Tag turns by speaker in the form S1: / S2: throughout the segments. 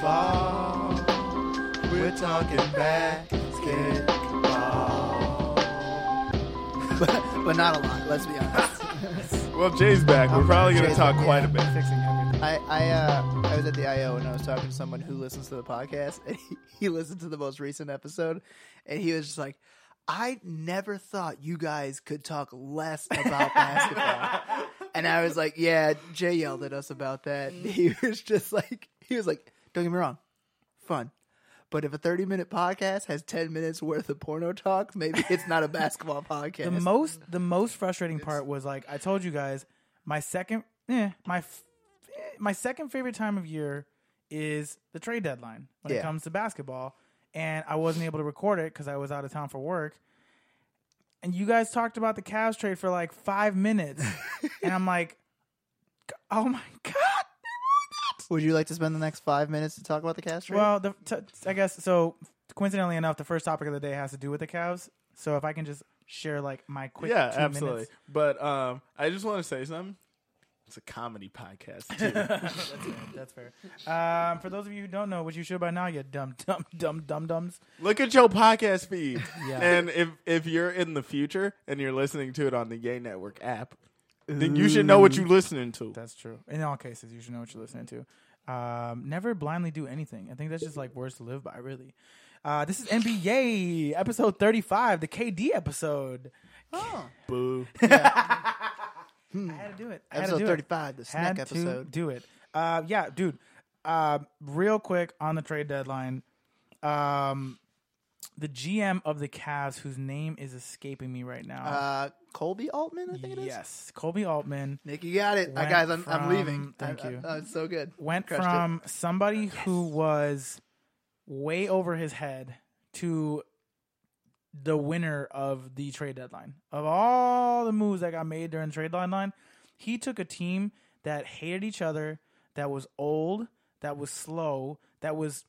S1: basketball. We're talking basketball.
S2: but, but not a lot. Let's be honest.
S3: Well, Jay's back. We're probably going to
S2: Oh, Jay's
S3: talk
S2: back,
S3: quite
S2: yeah.
S3: a bit.
S1: Fixing everything.
S2: I I, uh, I was at the IO and I was talking to someone who listens to the podcast, and he, he listened to the most recent episode, and he was just like. I never thought you guys could talk less about basketball. and I was like, yeah, Jay yelled at us about that.
S1: Mm.
S2: He was just like, he was like, don't get me wrong, fun. But if a 30 minute podcast has 10 minutes worth of porno talk, maybe it's not a basketball podcast.
S1: The most the most frustrating part was like I told you guys, my second eh, my f- eh, my second favorite time of year is the trade deadline when
S2: Yeah.
S1: it comes to basketball, and I wasn't able to record it because I was out of town for work. And you guys talked about the Cavs trade for like five minutes, and I'm like, oh my god.
S2: Would you like to spend the next five minutes to talk about the cast? rate?
S1: Well, the, t- I guess so. Coincidentally enough, the first topic of the day has to do with the Cavs. So if I can just share like my quick
S3: Yeah,
S1: two
S3: absolutely.
S1: minutes.
S3: But um, I just want to say something. It's a comedy podcast too.
S1: That's fair. Um, for those of you who don't know, which you should by now, you dumb, dumb, dumb, dumb, dumbs.
S3: Look at your podcast feed.
S1: Yeah.
S3: And if if you're in the future and you're listening to it on the Yay Network app, then you should know what you're listening to.
S1: That's true. In all cases, you should know what you're listening to. Um, never blindly do anything. I think that's just like words to live by, really. Uh, this is NBA episode 35, the KD episode.
S3: Boo.
S1: I had to do it. I had to
S2: episode
S1: do it.
S2: 35, the snack
S1: Had to
S2: episode.
S1: do it. Uh, yeah, dude. Uh, real quick on the trade deadline. Um, the GM of the Cavs, whose name is escaping me right now.
S2: Uh, Colby Altman, I think it is.
S1: yes, Colby Altman.
S2: Nick, you got it. I,
S1: Went
S2: guys, I'm, I'm
S1: from-
S2: leaving.
S1: thank
S2: I- I-
S1: you.
S2: I- it's so good.
S1: went
S2: Crushed it.
S1: from somebody who was way over his head to the winner of the trade deadline. Of all the moves that got made during the trade deadline, he took a team that hated each other, that was old, that was slow, that was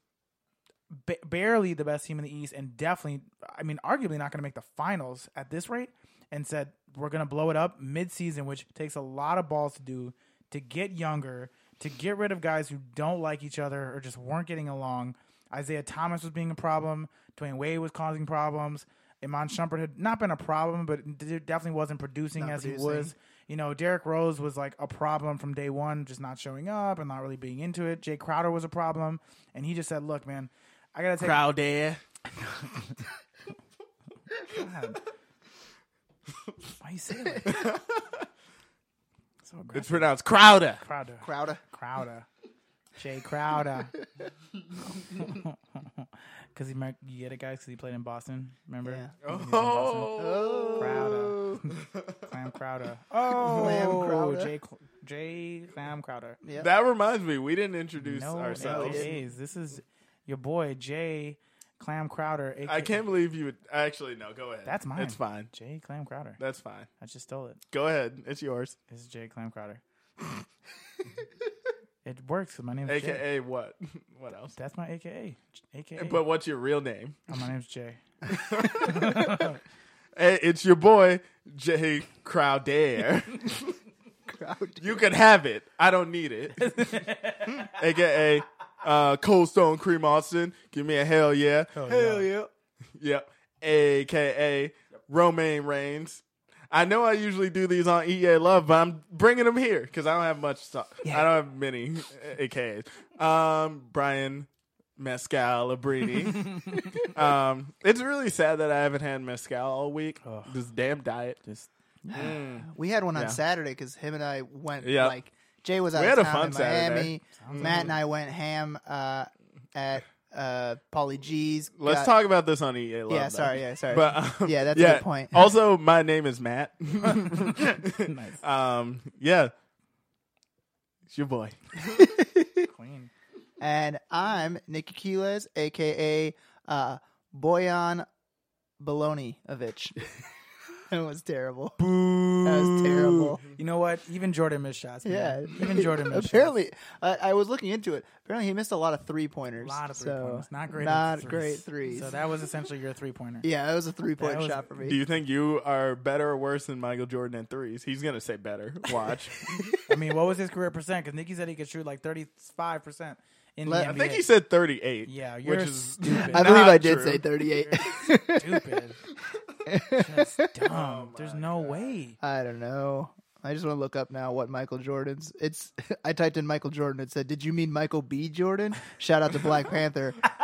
S1: ba- barely the best team in the East, and definitely, I mean, arguably not going to make the finals at this rate, and said, we're going to blow it up midseason, which takes a lot of balls to do to get younger, to get rid of guys who don't like each other or just weren't getting along. Isaiah Thomas was being a problem. Dwayne Wade was causing problems. Iman Shumpert had not been a problem, but it definitely wasn't producing as
S2: producing.
S1: he was. You know, Derrick Rose was like a problem from day one, just not showing up and not really being into it. Jay Crowder was a problem, and he just said, "Look, man, I gotta take."
S3: Crowder.
S1: Why you say it like that? so aggressive.
S3: It's pronounced Crowder.
S1: Crowder.
S2: Crowder.
S1: Crowder. Jay Crowder. Because he might, you get it, guys, because he played in Boston. Remember?
S2: Yeah.
S1: He was in Boston.
S3: Oh.
S1: Crowder. Clam Crowder. Oh,
S2: Clam Crowder.
S1: Jay, Cl- Jay Clam Crowder.
S2: Yeah.
S3: That reminds me, we didn't introduce
S1: No,
S3: ourselves.
S2: didn't.
S1: AKAs. This is your boy, Jay Clam Crowder. AKA.
S3: I can't believe you would actually no, go ahead.
S1: That's mine.
S3: It's fine.
S1: Jay Clam Crowder.
S3: That's fine.
S1: I just stole it.
S3: Go ahead. It's yours.
S1: This is Jay Clam Crowder. it works because my name is Jay.
S3: AKA what? What else?
S1: That's my AKA. AKA.
S3: But what's your real name?
S1: Oh, my name's Jay.
S3: Hey, it's your boy Jay Crowder.
S2: Crowder.
S3: you can have it. I don't need it. AKA uh, Cold Stone Cream Austin. Give me a hell yeah.
S1: Hell
S3: yeah. Yep. AKA Romaine Reigns. I know I usually do these on EA Love, but I'm bringing them here because I don't have much. So- I don't have many AKAs. Um, Brian Mescal Labrini. um, it's really sad that I haven't had Mescal all week. This damn diet. Just
S2: Mm. We had one on
S3: Yeah.
S2: Saturday because him and I went,
S3: Yeah.
S2: like, Jay was out
S3: We
S2: of
S3: had a
S2: town
S3: fun
S2: in Miami.
S3: Saturday.
S2: Matt and I went ham uh, at uh, Polly G's.
S3: Let's
S2: Got-
S3: talk about this on EA Love.
S2: Yeah,
S3: though.
S2: sorry. Yeah, sorry.
S3: But um,
S2: Yeah, that's a good point.
S3: Also, my name is Matt.
S1: nice.
S3: um, yeah, it's your boy.
S1: Queen.
S2: and I'm Nikki Quiles, a.k.a. Uh, Boyan Bolognaovich. That was terrible.
S1: Boo.
S2: That was terrible.
S1: You know what? Even Jordan missed shots.
S2: Yeah,
S1: man. Even Jordan missed
S2: apparently, uh, I was looking into it. Apparently, he missed a lot of three pointers.
S1: shots. A lot of three pointers. Not great.
S2: Not
S1: at
S2: great
S1: threes.
S2: threes.
S1: So that was essentially your three pointer.
S2: yeah, that was a three point
S1: was-
S2: shot for me.
S3: Do you think you are better or worse than Michael Jordan at threes? He's gonna say better. Watch.
S1: I mean, what was his career percent? Because Nicky said he could shoot like thirty five percent in
S2: Let-
S1: the
S3: I
S1: NBA.
S3: think he said thirty-eight.
S1: Yeah, you're
S3: which is
S1: stupid.
S2: I believe I
S3: not
S2: did
S3: true.
S2: say thirty eight.
S1: stupid. Just dumb.
S2: Oh
S1: There's no way.
S2: I don't know. I just want to look up now what Michael Jordan's. It's. I typed in Michael Jordan. It said, "Did you mean Michael B. Jordan?" Shout out to Black Panther. Uh,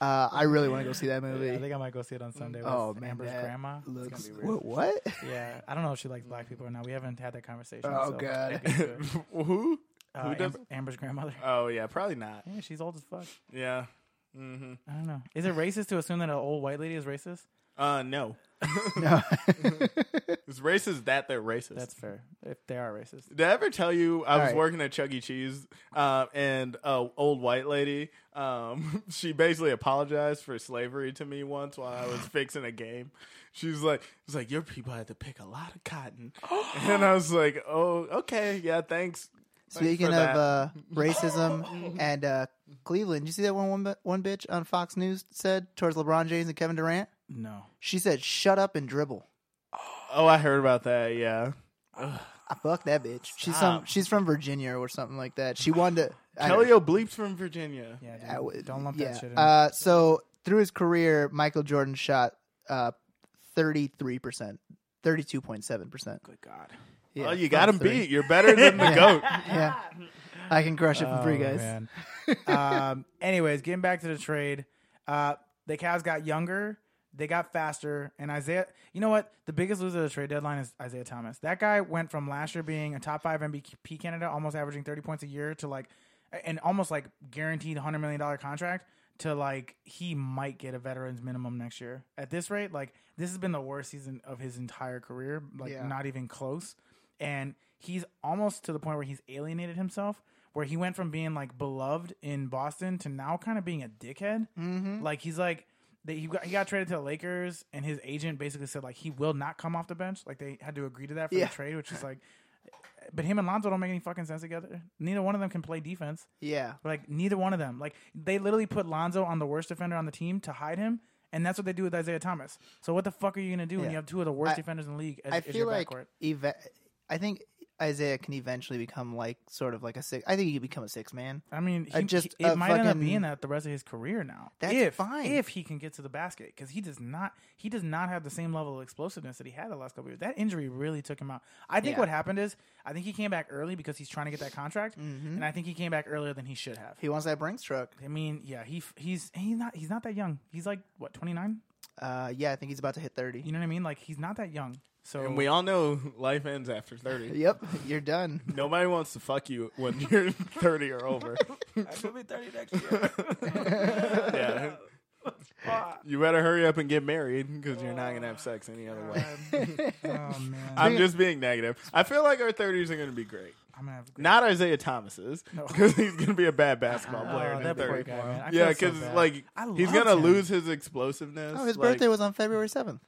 S2: I really want to go see that
S1: I
S2: movie.
S1: think I might go see it on Sunday with
S2: Oh, man,
S1: Amber's
S2: that
S1: grandma. It's gonna
S2: Looks
S1: be weird.
S2: what? what?
S1: Yeah, I don't know if she likes black people or not. We haven't had that conversation.
S2: Oh,
S1: so
S2: God.
S1: it could be good.
S3: Who?
S1: Uh,
S3: Who
S1: Am-
S3: does?
S1: Amber's grandmother.
S3: Oh yeah, probably not.
S1: Yeah, she's old as fuck.
S3: Yeah. hmm
S1: I don't know. Is it racist to assume that an old white lady is racist?
S3: Uh, no.
S2: No.
S3: It's racist that they're racist.
S1: That's fair. If they are racist.
S3: Did I ever tell you I was
S2: right.
S3: working at Chuck E. Cheese uh, and a old white lady? Um, she basically apologized for slavery to me once while I was fixing a game. She was like, "It's like your people had to pick a lot of cotton," and I was like, "Oh, okay, yeah, thanks." Thanks
S2: Speaking
S3: for
S2: of
S3: that. Mm-hmm.
S2: uh, racism and uh, Cleveland, did you see that one, one one bitch on Fox News said towards LeBron James and Kevin Durant?
S1: No.
S2: She said, "Shut up and dribble."
S3: oh, I heard about that. Yeah,
S2: I fuck that bitch. She's some. She's from Virginia or something like that. She wanted to. I-
S3: Kelly O'Bleep's from Virginia.
S1: Yeah, dude,
S2: I would-
S1: don't lump
S2: yeah.
S1: that shit in.
S2: Uh, so through his career, Michael Jordan shot uh, 33%, 32.7%.
S1: Good God.
S2: Yeah,
S3: oh, you got him
S2: from three.
S3: beat. You're better than the goat.
S2: Yeah. I can crush it from three
S1: Oh,
S2: guys.
S1: man. um, anyways, getting back to the trade, uh, the Cavs got younger, they got faster, and Isaiah. You know what? The biggest loser of the trade deadline is Isaiah Thomas. That guy went from last year being a top five MVP candidate, almost averaging thirty points a year, to like, and almost like guaranteed hundred million dollar contract. To like, he might get a veterans minimum next year. At this rate, like this has been the worst season of his entire career. Like,
S2: Yeah.
S1: not even close. And he's almost to the point where he's alienated himself, where he went from being like beloved in Boston to now kind of being a dickhead.
S2: Mm-hmm.
S1: Like he's like they, he got he got traded to the Lakers, and his agent basically said like he will not come off the bench. Like they had to agree to that for
S2: Yeah.
S1: the trade, which is like. But him and Lonzo don't make any fucking sense together. Neither one of them can play defense.
S2: Yeah.
S1: Like neither one of them. Like they literally put Lonzo on the worst defender on the team to hide him, and that's what they do with Isaiah Thomas. So what the fuck are you gonna do when
S2: Yeah.
S1: you have two of the worst
S2: I-
S1: defenders in the league? As,
S2: I
S1: as
S2: feel
S1: your
S2: like
S1: backcourt?
S2: eva- I think Isaiah can eventually become like sort of like a six. I think he could become a six man.
S1: I mean,
S2: Uh,
S1: he,
S2: just
S1: he- it
S2: a
S1: might end up
S2: fucking-
S1: being that the rest of his career now.
S2: That's
S1: if,
S2: fine.
S1: if he can get to the basket because he does not he does not have the same level of explosiveness that he had the last couple years. That injury really took him out. I think
S2: Yeah.
S1: what happened is I think he came back early because he's trying to get that contract,
S2: Mm-hmm.
S1: and I think he came back earlier than he should have.
S2: He wants that Brinks truck.
S1: I mean, yeah, he f- he's he's not he's not that young. He's like what twenty nine.
S2: Uh, yeah, I think he's about to hit 30.
S1: You know what I mean? Like he's not that young. So
S3: And we all know life ends after thirty.
S2: Yep, you're done.
S3: Nobody wants to fuck you when you're 30 or over.
S1: will be thirty next year.
S3: yeah. You better hurry up and get married because you're not going to have sex any other way.
S1: oh man, I'm,
S3: I'm just being negative. I feel like our 30s are going to be great.
S1: gonna have a great-
S3: Not Isaiah Thomas's
S1: No.
S3: because he's going to be a bad basketball player
S1: Oh,
S3: in
S1: that
S3: his
S1: poor
S3: 30s.
S1: guy, man. I
S3: Yeah,
S1: feel so
S3: because
S1: bad.
S3: like
S1: I
S3: he's
S1: loved
S3: gonna
S1: him.
S3: lis his explosiveness.
S2: Oh, his
S3: Like,
S2: birthday was on February 7th.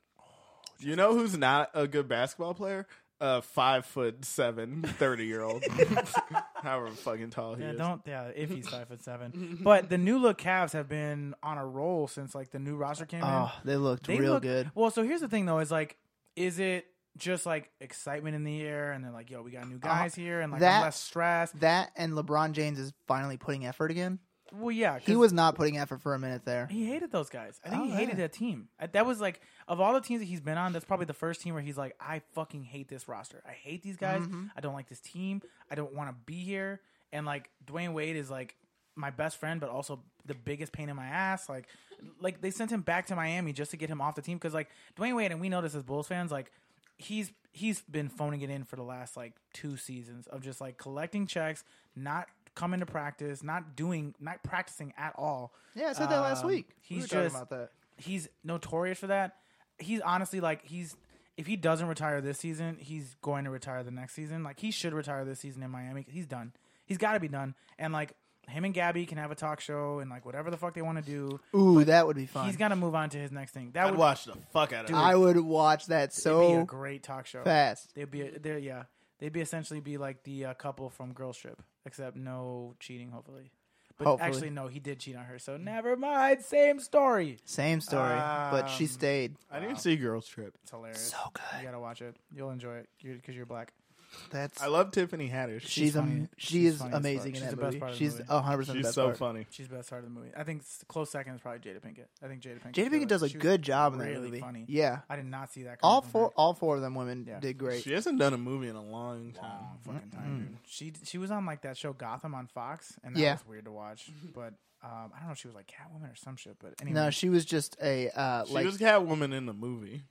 S3: You know who's not a good basketball player? A five foot seven, 30 year old, however fucking tall he
S1: Yeah,
S3: is.
S1: don't. Yeah, if he's five foot seven. But the new look Cavs have been on a roll since like the new roster came
S2: Oh,
S1: in.
S2: they looked
S1: They
S2: real
S1: look-
S2: good.
S1: Well, so here's the thing though: is like, is it just like excitement in the air, and they're like, "Yo, we got new guys here," and like I'm
S2: Ah, that-
S1: less stressed.
S2: That and LeBron James is finally putting effort again.
S1: Well, yeah,
S2: He
S1: 'cause
S2: was not putting effort for a minute there.
S1: He hated those guys. I think he
S2: Oh,
S1: hated
S2: yeah.
S1: that team. I- That was like of all the teams that he's been on, that's probably the first team where he's like, I fucking hate this roster. I hate these guys.
S2: Mm-hmm.
S1: I don't like this team. I don't want to be here. And like Dwayne Wade is like my best friend, but also the biggest pain in my ass. Like, like they sent him back to Miami just to get him off the team because like Dwayne Wade, and we know this as Bulls fans, like he's he's been phoning it in for the last like two seasons of just like collecting checks, not coming to practice, not doing, not practicing at all
S2: Yeah, I said that last
S1: um,
S2: week. we
S1: he's
S2: were talking
S1: just-
S2: about that.
S1: he's notorious for that. He's honestly like he's if he doesn't retire this season, he's going to retire the next season. Like he should retire this season in Miami. He's done. He's got to be done. And like him and Gabby can have a talk show and like whatever the fuck they want to do.
S2: Ooh, that would be fun.
S1: He's got to move on to his next thing. That
S3: I'd
S1: would
S3: watch the fuck out of
S2: I
S3: it.
S2: would watch that
S1: it'd be a
S2: so
S1: great talk show.
S2: fast.
S1: They'd be a, they're yeah. They'd be essentially be like the uh, couple from Girl Strip, except no cheating, hopefully. But
S2: Hopefully.
S1: actually, no, he did cheat on her, so never mind. Same story.
S2: Same story, but she
S1: Um,
S2: stayed.
S3: I didn't see Girls Trip.
S1: It's hilarious.
S2: So
S1: you
S2: good.
S1: gotta watch it. You'll enjoy it because you're black.
S2: That's
S3: I love Tiffany Haddish.
S2: she's,
S1: she's funny.
S2: am- she
S1: She's
S2: is
S1: funny as
S2: amazing in
S1: fuck. She's
S2: that
S1: the best
S2: movie.
S1: part of the
S2: she's
S1: movie.
S2: a hundred percent the
S3: she's
S2: best
S3: so
S2: part.
S3: funny.
S1: She's the best part of the movie. I think s- close second is probably Jada Pinkett. I think Jada Pinkett.
S2: Jada
S1: killed it.
S2: Pinkett does a
S1: She was
S2: good job in that
S1: really
S2: movie.
S1: Funny.
S2: Yeah,
S1: I did not see that. Coming
S2: all
S1: from
S2: four
S1: her.
S2: all four of them women
S1: Yeah.
S2: did great.
S3: She hasn't done a movie in a long time.
S1: long fucking time. dude. She she was on like that show Gotham on Fox, and that
S2: Mm. Yeah.
S1: was weird to watch. But um, I don't know, she was like Catwoman or some shit. But anyway,
S2: no, she was just a uh,
S3: She
S2: like
S3: was Catwoman in the movie.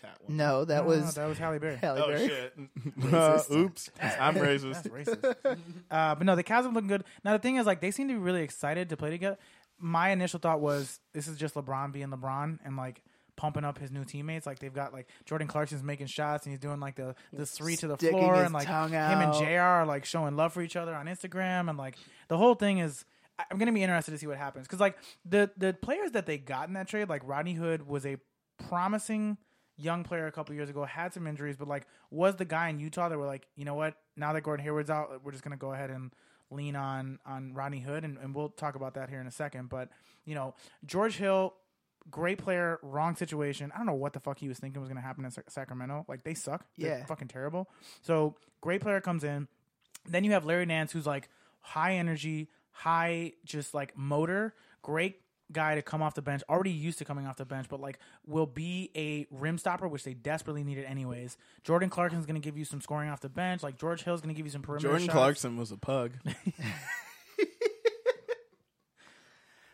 S3: Catwoman.
S2: no, that
S1: No, no,
S2: was
S1: that was Halle Berry.
S2: Halle
S3: Oh
S2: Berry.
S3: shit!
S2: Racist.
S3: Uh, oops, I'm
S1: That's
S3: racist.
S1: racist. uh, but no, the Cavs are looking good. Now the thing is, like, they seem to be really excited to play together. My initial thought was this is just LeBron being LeBron and like pumping up his new teammates. Like they've got like Jordan Clarkson's making shots and he's doing like the the three to the
S2: Sticking
S1: floor
S2: his
S1: and like
S2: tongue
S1: him and
S2: out.
S1: Jr. are like showing love for each other on Instagram and like the whole thing is. I- I'm gonna be interested to see what happens because like the the players that they got in that trade, like Rodney Hood was a promising young player a couple years ago, had some injuries, but like was the guy in Utah that were like, you know what, now that Gordon Hayward's out, we're just gonna go ahead and lean on on Rodney Hood and, and we'll talk about that here in a second. But, you know, George Hill, great player, wrong situation. I don't know what the fuck he was thinking was gonna happen in Sac- Sacramento. Like they suck. They're
S2: Yeah.
S1: fucking terrible. So great player comes in. Then you have Larry Nance, who's like high energy, high just like motor, great guy to come off the bench, already used to coming off the bench, but like will be a rim stopper, which they desperately needed anyways. Jordan Clarkson's going to give you some scoring off the bench. Like George Hill's going to give you some perimeter
S3: Jordan
S1: shots.
S3: Clarkson was a pug.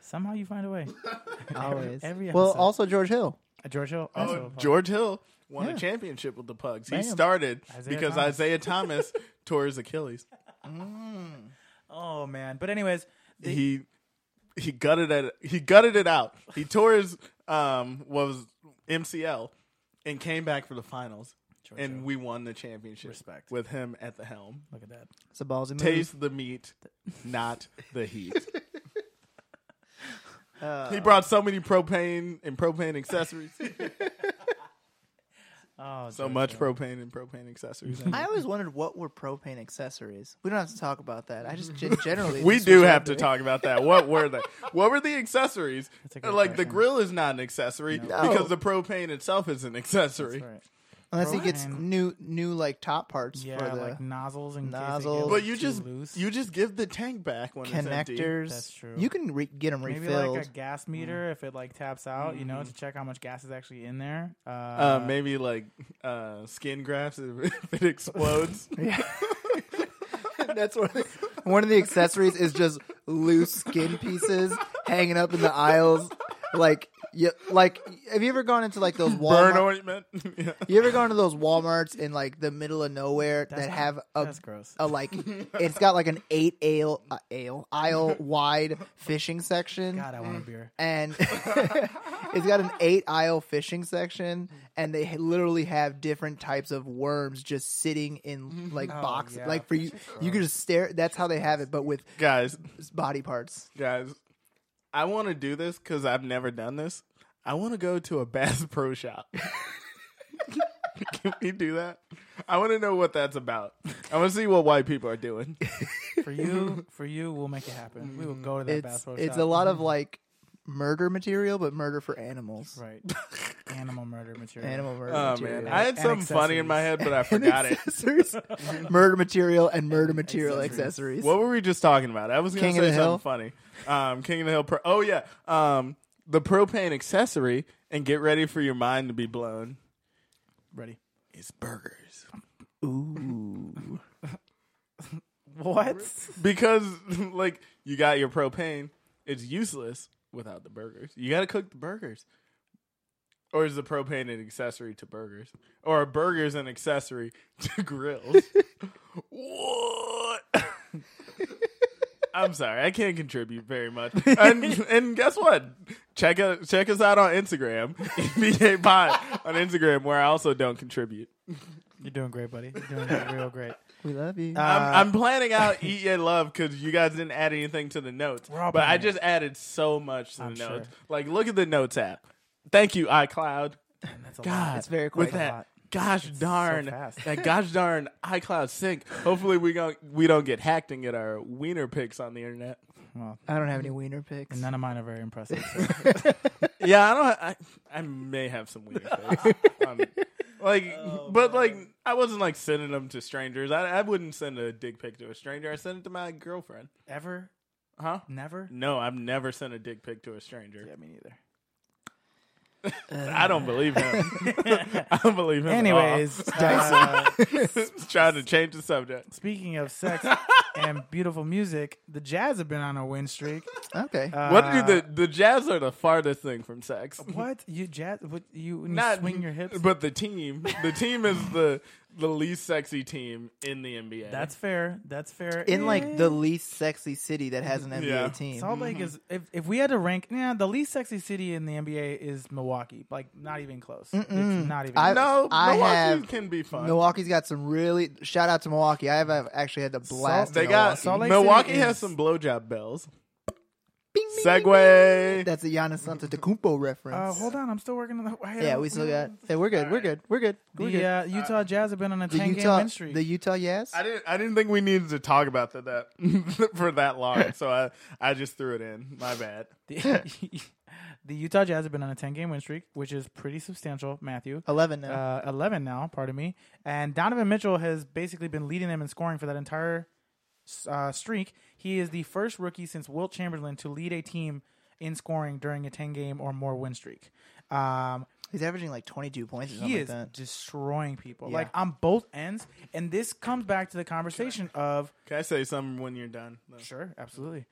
S1: Somehow you find a way.
S2: Always.
S1: Every
S2: well,
S1: episode.
S2: also George Hill.
S1: Uh, George Hill.
S3: Oh,
S1: Also
S3: George Hill won
S2: Yeah.
S3: a championship with the Pugs. He
S2: Bam.
S3: started
S1: Isaiah
S3: because
S1: Thomas.
S3: Isaiah Thomas tore his Achilles.
S1: oh man. But anyways, the,
S3: He he gutted it. He gutted it out. He tore his um what was MCL and came back for the finals.
S1: George
S3: and
S1: Hill.
S3: we won the championship
S1: Respect.
S3: with him at the helm.
S1: look at that.
S2: It's a ballsy move.
S3: Taste the meat, not the heat.
S2: Uh,
S3: he brought so many propane and propane accessories.
S1: Oh,
S3: so much propane and propane accessories.
S2: I always wondered what were propane accessories. We don't have to talk about that. I just gen- generally
S3: we
S2: just
S3: do
S2: switch
S3: have
S2: over
S3: to talk about that. What were they? What were the accessories?
S1: That's a great
S3: Like the
S1: question.
S3: grill is not an accessory
S2: No.
S3: because the propane itself is an accessory.
S1: That's right.
S2: unless he gets
S1: propane.
S2: new new like top parts
S1: Yeah,
S2: for the
S1: like nozzles and
S2: nozzles.
S3: But you
S1: too
S3: just
S1: loose.
S3: you just give the tank back when it's empty.
S2: connectors.
S1: That's true.
S2: You can re- get them
S1: Maybe
S2: refilled. Mm-hmm.
S1: like a gas
S3: Mm.
S1: meter if it like taps out, you know, to check how much gas is actually in there. Uh,
S3: Uh, maybe like uh, skin grafts if it explodes.
S2: That's one. Of the, one of the accessories is just loose skin pieces hanging up in the aisles. Like, you, like, have you ever gone into like those
S3: Burn
S2: Walmart?
S3: ointment. Yeah.
S2: You ever gone to those WalMarts in like the middle of nowhere
S1: That's
S2: that
S1: not-
S2: have a,
S1: that's gross.
S2: a like? It's got like an eight ale uh, ale aisle wide fishing section.
S1: God, I want a beer.
S2: and it's got an eight aisle fishing section and they ha- literally have different types of worms just sitting in like
S1: Oh,
S2: boxes
S1: yeah.
S2: like for you you can just stare that's how they have it but with
S3: Guys,
S2: body parts
S3: guys, I want to do this because I've never done this. I want to go to a Bass Pro Shop. Can we do that? I want to know what that's about. I want to see what white people are doing.
S1: For you, for you, we'll make it happen. We will go to that Mm-hmm. Bass
S2: it's
S1: Pro
S2: it's
S1: Shop.
S2: a lot of like murder material but murder for animals
S1: right animal murder material.
S2: animal murder
S3: Oh
S2: material
S3: man, I had
S1: And
S3: something funny in my head, but I
S2: And
S3: forgot it.
S2: accessories. murder material and murder material accessories.
S3: What were we just talking about? I was going
S2: King
S3: to
S2: of
S3: say
S2: the
S3: something
S2: Hill?
S3: funny. Um, King of the Hill. Pro- oh yeah, um, the propane accessory, and get ready for your mind to be blown.
S1: Ready?
S3: It's burgers.
S2: Ooh,
S1: What?
S3: because like you got your propane it's useless without the burgers you got to cook the burgers or is the propane an accessory to burgers or are burgers an accessory to grills what I'm sorry, I can't contribute very much. And and guess what? Check us check us out on Instagram, EBA Pod on Instagram, where I also don't contribute.
S1: You're doing great, buddy. You're doing real great.
S2: We love you.
S1: Uh,
S3: I'm, I'm planning out Eat Your Love because you guys didn't add anything to the notes.
S1: We're all
S3: But I
S1: planning
S3: just added so much to the
S1: I'm sure.
S3: notes. Like, look at the notes app. Thank you, iCloud.
S1: That's a
S3: God,
S2: It's very
S3: with
S2: quick.
S1: A lot.
S3: that. Gosh darn
S1: fast.
S3: that! Gosh darn iCloud sync. Hopefully we don't we don't get hacked and get our wiener pics on the internet.
S1: Well,
S2: I don't have any wiener pics.
S1: none of mine are very impressive. so-
S3: Yeah, I don't. I, I may have some wiener pics. Um, like, but like I wasn't like sending them to strangers. I I wouldn't send a dick pic to a stranger. I sent it to my girlfriend.
S1: Ever?
S3: Huh?
S1: Never?
S3: No, I've never sent a dick pic to a stranger.
S1: me neither.
S3: I don't believe him. I don't believe him. at all.
S1: Anyways, uh,
S3: trying to change the subject.
S1: speaking of sex and beautiful music, the Jazz have been on a win streak.
S2: Okay.
S1: Uh,
S3: what do the the Jazz are the farthest thing from sex?
S1: What you jazz? What you when you
S3: Not
S1: swing your hips?
S3: but the team. The team is the the least sexy team in the NBA.
S1: that's fair. That's fair.
S2: in like
S1: Eh,
S2: the least sexy city that has an NBA
S3: Yeah.
S2: team.
S1: Salt Lake is if, if we had to rank, yeah, the least sexy city in the NBA is Milwaukee. Like not even close. It's not even.
S2: I-
S1: close.
S3: no.
S2: I
S3: Milwaukee
S2: have
S3: can be fun.
S2: Milwaukee's got some really shout out to Milwaukee. I have I've actually had the blast.
S3: they
S2: in
S3: got
S1: Salt Lake City
S3: Milwaukee
S1: is-
S3: has some blowjob bells.
S2: Milwaukee.
S3: Segway.
S2: That's a Giannis Antetokounmpo
S1: Uh,
S2: reference.
S1: hold on, I'm still working on the. I
S2: yeah,
S1: don't-
S2: we still got. Yeah, we're good. We're good. We're good. We're good.
S1: the uh, Utah Jazz have been on a
S2: the
S1: ten game
S2: Utah,
S1: win streak.
S2: the Utah, yes.
S3: I didn't. I didn't think we needed to talk about that, that for that long. So I, I just threw it in. My bad.
S1: the, the Utah Jazz have been on a ten game win streak, which is pretty substantial, Matthew.
S2: Eleven now.
S1: uh, 11 now, pardon me. And Donovan Mitchell has basically been leading them in scoring for that entire uh, streak. He is the first rookie since Wilt Chamberlain to lead a team in scoring during a 10 game or more win streak. Um,
S2: He's averaging like twenty-two points or something
S1: he
S2: like
S1: is
S2: that.
S1: destroying people,
S2: Yeah.
S1: like on both ends. And this comes back to the conversation of
S3: Can I say something when you're done? though?
S1: Sure, absolutely.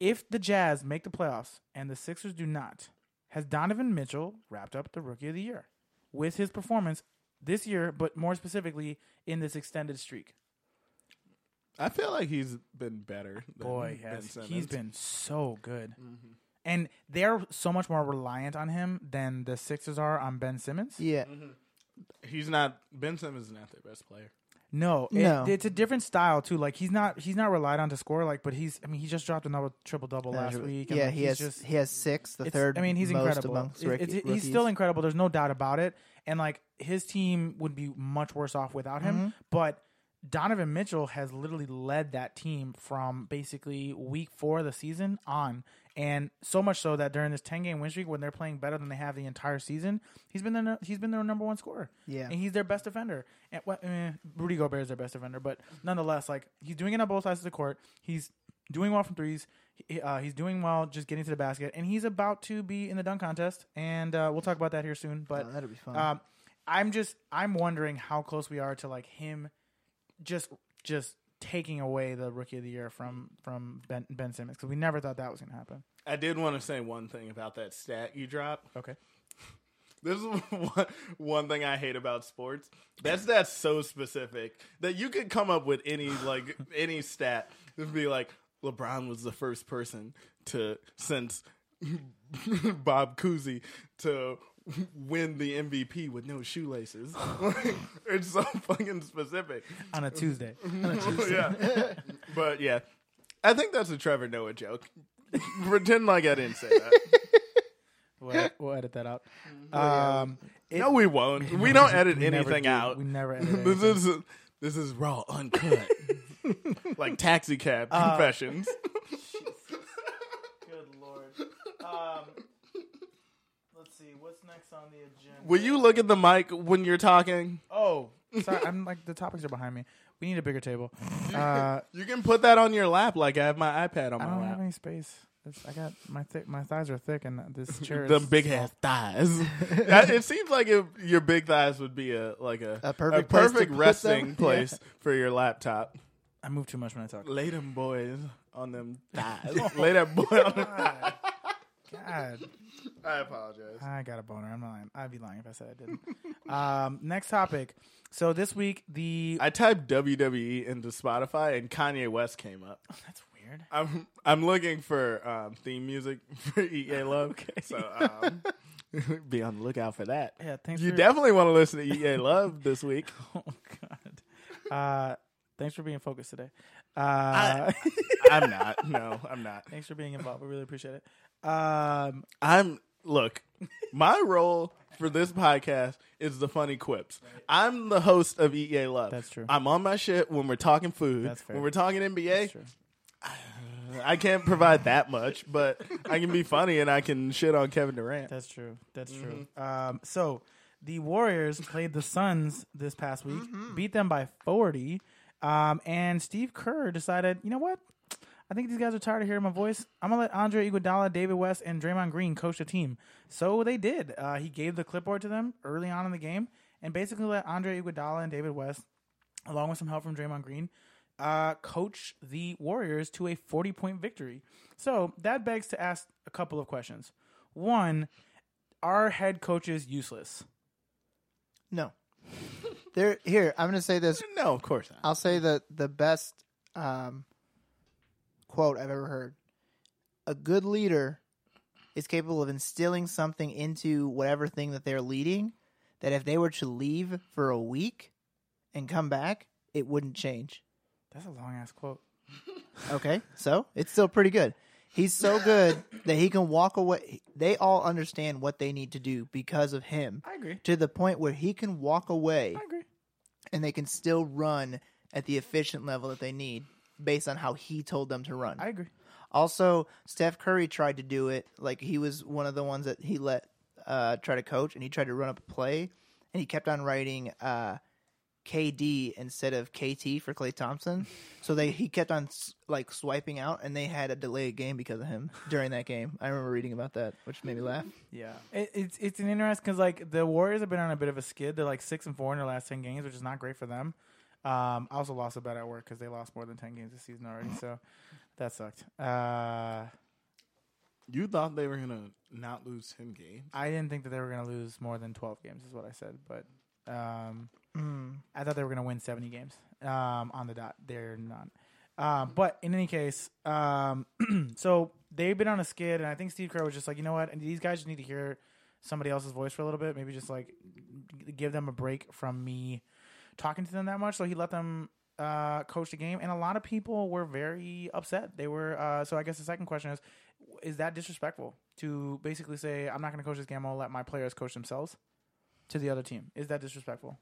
S1: If the Jazz make the playoffs and the Sixers do not, has Donovan Mitchell wrapped up the Rookie of the Year with his performance this year, but more specifically in this extended streak?
S3: I feel like he's been better. Than
S1: Boy,
S3: Ben
S1: has
S3: Simmons.
S1: he's been so good,
S2: Mm-hmm.
S1: and they're so much more reliant on him than the Sixers are on Ben Simmons.
S2: Yeah,
S3: He's not. Ben Simmons is not their best player.
S1: No, it-
S2: No.
S1: it's a different style too. Like he's not he's not relied on to score. Like, but he's I mean he just dropped another triple double last week. and,
S2: yeah.
S1: like,
S2: He
S1: he's
S2: has
S1: just
S2: he has six. The
S1: It's-
S2: third.
S1: I mean, he's
S2: most
S1: incredible.
S2: amongst
S1: It's-
S2: rookie-
S1: it's-
S2: rookies.
S1: he's still incredible. There's no doubt about it. And like his team would be much worse off without him.
S2: Mm-hmm.
S1: But Donovan Mitchell has literally led that team from basically week four of the season on. And so much so that during this ten game win streak, when they're playing better than they have the entire season, he's been their nu- he's been their number one scorer.
S2: Yeah.
S1: and he's their best defender. And well, eh, Rudy Gobert is their best defender, but nonetheless, like he's doing it on both sides of the court. He's doing well from threes. He- uh, he's doing well, just getting to the basket, and he's about to be in the dunk contest. And uh, we'll talk about that here soon. But
S2: Oh, that'll be fun.
S1: um, I'm just I'm wondering how close we are to like him, just just taking away the rookie of the year from from Ben Ben Simmons because we never thought that was going to happen.
S3: I did want to say one thing about that stat you dropped.
S1: Okay.
S3: This is one, one thing I hate about sports. That's that's so specific that you could come up with any like any stat and be like LeBron was the first person to since Bob Cousy to win the MVP with no shoelaces. it's so fucking specific.
S1: On a Tuesday,
S3: Oh, yeah. But yeah. I think that's a Trevor Noah joke. Pretend like I didn't say that.
S1: we'll, we'll edit that out. Um, it-
S3: no, we won't. We don't edit
S1: we never
S3: anything
S1: do.
S3: out.
S1: We never edit
S3: this
S1: anything.
S3: is this is raw, uncut, like taxi cab
S1: Uh,
S3: confessions.
S1: Good lord. Um, let's see what's next on the agenda.
S3: Will you look at the mic when you're talking?
S1: Oh, sorry. I'm like the topics are behind me. We need a bigger table. Uh,
S3: You can put that on your lap, like I have my iPad on
S1: I don't
S3: my
S1: have
S3: lap.
S1: any space. It's, I got my thick. My thighs are thick, and this chair. is
S3: The big
S1: small.
S3: ass thighs. That- it seems like it, your big thighs would be a like a,
S2: A perfect place to put them.
S3: resting
S2: Yeah.
S3: place for your laptop.
S1: I move too much when I talk.
S3: Lay them boys on them thighs. Lay that boy on them thighs.
S1: God,
S3: I apologize.
S1: I got a boner. I'm lying. I'd be lying if I said I didn't. um, next topic. So this week the
S3: I typed WWE into Spotify and Kanye West came up.
S1: that's weird.
S3: I'm I'm looking for um, theme music for EA Love. So um, be on the lookout for that.
S1: Yeah, thanks.
S3: You
S1: for,
S3: definitely want to listen to EA Love this week.
S1: Oh God. Uh, thanks for being focused today. Uh,
S3: I'm not. No, I'm not.
S1: thanks for being involved. We really appreciate it. Um,
S3: I'm look, my role for this podcast is the funny quips. I'm the host of EA Love.
S1: That's true.
S3: I'm on my shit when we're talking food.
S1: That's fair.
S3: When we're talking NBA,
S1: that's true.
S3: I can't provide that much, but I can be funny and I can shit on Kevin Durant.
S1: That's true. That's true. Um, so the Warriors played the Suns this past week, beat them by 40. Um, and Steve Kerr decided, you know what? I think these guys are tired of hearing my voice. I'm gonna let Andre Iguodala, David West, and Draymond Green coach the team. So they did. Uh, he gave the clipboard to them early on in the game, and basically let Andre Iguodala and David West, along with some help from Draymond Green, uh, coach the Warriors to a 40 point victory. So that begs to ask a couple of questions. One, are head coaches useless?
S2: No. There here, I'm gonna say this.
S3: No, of course not.
S2: I'll say the the best um, quote I've ever heard. A good leader is capable of instilling something into whatever thing that they're leading that if they were to leave for a week and come back, it wouldn't change.
S1: That's a long ass quote.
S2: Okay, so it's still pretty good. He's so good that he can walk away. They all understand what they need to do because of him
S1: I agree.
S2: to the point where he can walk away
S1: I agree.
S2: and they can still run at the efficient level that they need based on how he told them to run.
S1: I agree.
S2: also, Steph Curry tried to do it. Like he was one of the ones that he let uh, try to coach, and he tried to run up a play, and he kept on writing uh, KD instead of KT for Clay Thompson. So they he kept on s- like swiping out, and they had a delayed game because of him during that game. I remember reading about that, which made me laugh.
S1: Yeah, it, it's it's an interesting because like the Warriors have been on a bit of a skid. They're like six and four in their last ten games, which is not great for them. Um, I also lost a bet at work because they lost more than ten games this season already, so that sucked. Uh,
S3: You thought they were gonna not lose ten games.
S1: I didn't think that they were going to lose more than twelve games, is what I said, but um, I thought they were going to win seventy games um, on the dot. They're not. Um, but in any case, um, so they've been on a skid, and I think Steve Kerr was just like, you know what, these guys just need to hear somebody else's voice for a little bit. Maybe just like g- give them a break from me talking to them that much. So he let them uh, coach the game, and a lot of people were very upset. They were uh, so. I guess the second question is: Is that disrespectful to basically say I'm not going to coach this game? I'll let my players coach themselves to the other team. Is that disrespectful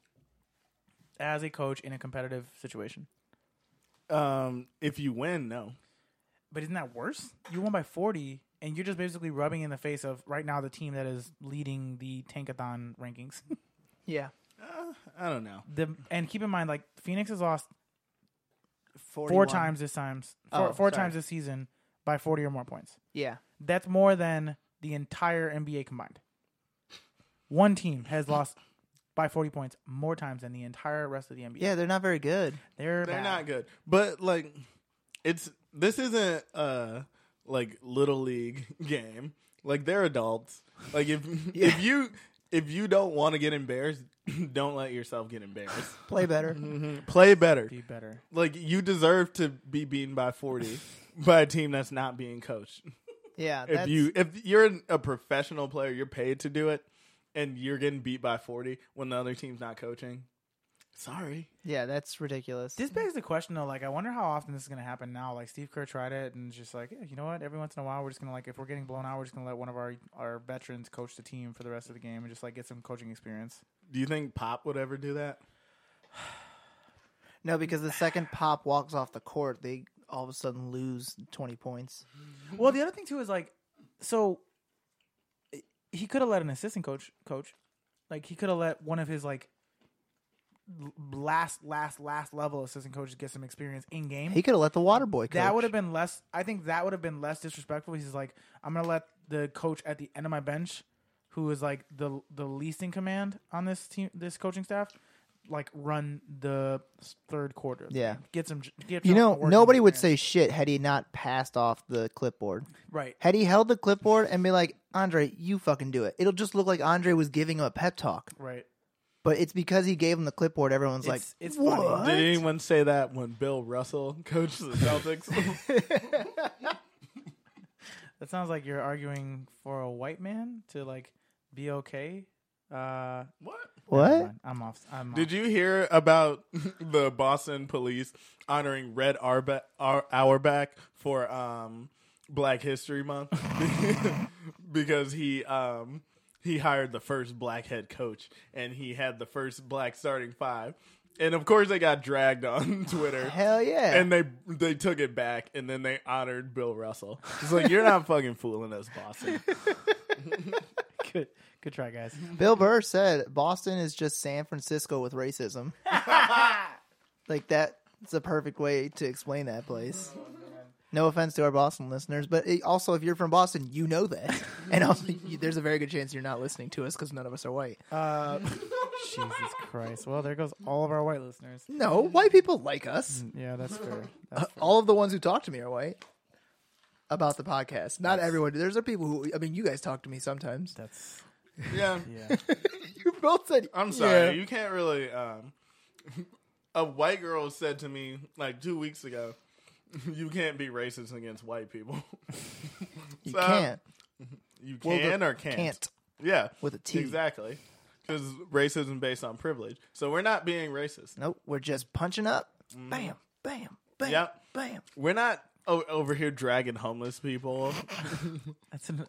S1: as a coach in a competitive situation?
S3: Um, if you win, no.
S1: But isn't that worse? You won by 40, and you're just basically rubbing in the face of right now the team that is leading the Tankathon rankings.
S2: Yeah,
S3: I don't know.
S1: the and keep in mind, like Phoenix has lost four times this times four
S2: Oh, sorry.
S1: four times this season by 40 or more points.
S2: Yeah,
S1: That's more than the entire NBA combined. One team has lost by 40 points more times than the entire rest of the NBA.
S2: yeah, they're not very good.
S1: they're
S3: They're
S1: bad.
S3: not good. But like it's this isn't a like little league game. Like they're adults. Like if if you if you don't want to get embarrassed, don't let yourself get embarrassed.
S2: Play better.
S3: Play better.
S1: Be better.
S3: Like you deserve to be beaten by 40 by a team that's not being coached.
S2: Yeah,
S3: If you if you're an- a professional player, you're paid to do it and you're getting beat by 40 when the other team's not coaching. Sorry.
S2: yeah, that's ridiculous.
S1: This begs the question though, like I wonder how often this is gonna happen now. Like Steve Kerr tried it and just like, yeah, you know what? Every once in a while we're just gonna like if we're getting blown out, we're just gonna let one of our our veterans coach the team for the rest of the game and just like get some coaching experience.
S3: Do you think Pop would ever do that?
S2: No, because the second Pop walks off the court, they all of a sudden lose 20 points.
S1: Well, the other thing too is like, so he could have let an assistant coach coach, like he could have let one of his like l- last last last level assistant coaches get some experience in game.
S2: He could have let the water boy coach.
S1: That would have been less. I think that would have been less disrespectful. He's like, I'm gonna let the coach at the end of my bench, who is like the the least in command on this team, this coaching staff, like run the s- third quarter.
S2: Yeah.
S1: get some. j- Get
S2: You
S1: some
S2: know,
S1: work
S2: nobody
S1: in
S2: would
S1: there.
S2: say shit had he not passed off the clipboard.
S1: right.
S2: Had he held the clipboard and be like, Andre, you fucking do it. It'll just look like Andre was giving him a pep talk.
S1: Right.
S2: But it's because he gave him the clipboard, everyone's like,
S1: It's- it's funny.
S2: what?
S3: Did anyone say that when Bill Russell coached the Celtics?
S1: That sounds like you're arguing for a white man to like be okay Uh,
S3: What?
S1: never
S2: What?
S1: mind. I'm off. I'm
S3: Did you hear about the Boston police honoring Red Arba- Ar- Auerbach for um, Black History Month because he um, he hired the first black head coach and he had the first black starting five, and of course they got dragged on Twitter.
S2: Hell yeah.
S3: And they they took it back, and then they honored Bill Russell. It's like you're not fucking fooling us, Boston.
S1: good? Good try, guys.
S2: Bill Burr said Boston is just San Francisco with racism. like that. It's a perfect way to explain that place.
S3: Oh,
S2: No offense to our Boston listeners, but it, also if you're from Boston, you know that, and also you, there's a very good chance you're not listening to us because none of us are white.
S1: Uh, Jesus Christ. Well, there goes all of our white listeners.
S2: No, white people like
S3: Mm.
S2: us.
S1: Yeah, that's fair. That's fair.
S2: All of the ones who talk to me are white. About the podcast, not everyone. There's are people who I mean, you guys talk to me sometimes.
S1: That's
S3: Yeah,
S1: yeah.
S2: You both said
S3: I'm sorry.
S2: yeah.
S3: You can't really. Um, a white girl said to me like two weeks ago, "You can't be racist against white people.
S2: You
S3: So-
S2: can't.
S3: You
S2: Well, the-
S3: can or can't.
S2: Can't
S3: Yeah,
S2: with a T.
S3: exactly. Because racism based on privilege. So we're not being racist.
S2: Nope. We're just punching up. Bam, bam, bam,
S3: Yep.
S2: bam.
S3: We're not o- over here dragging homeless people.
S1: That's an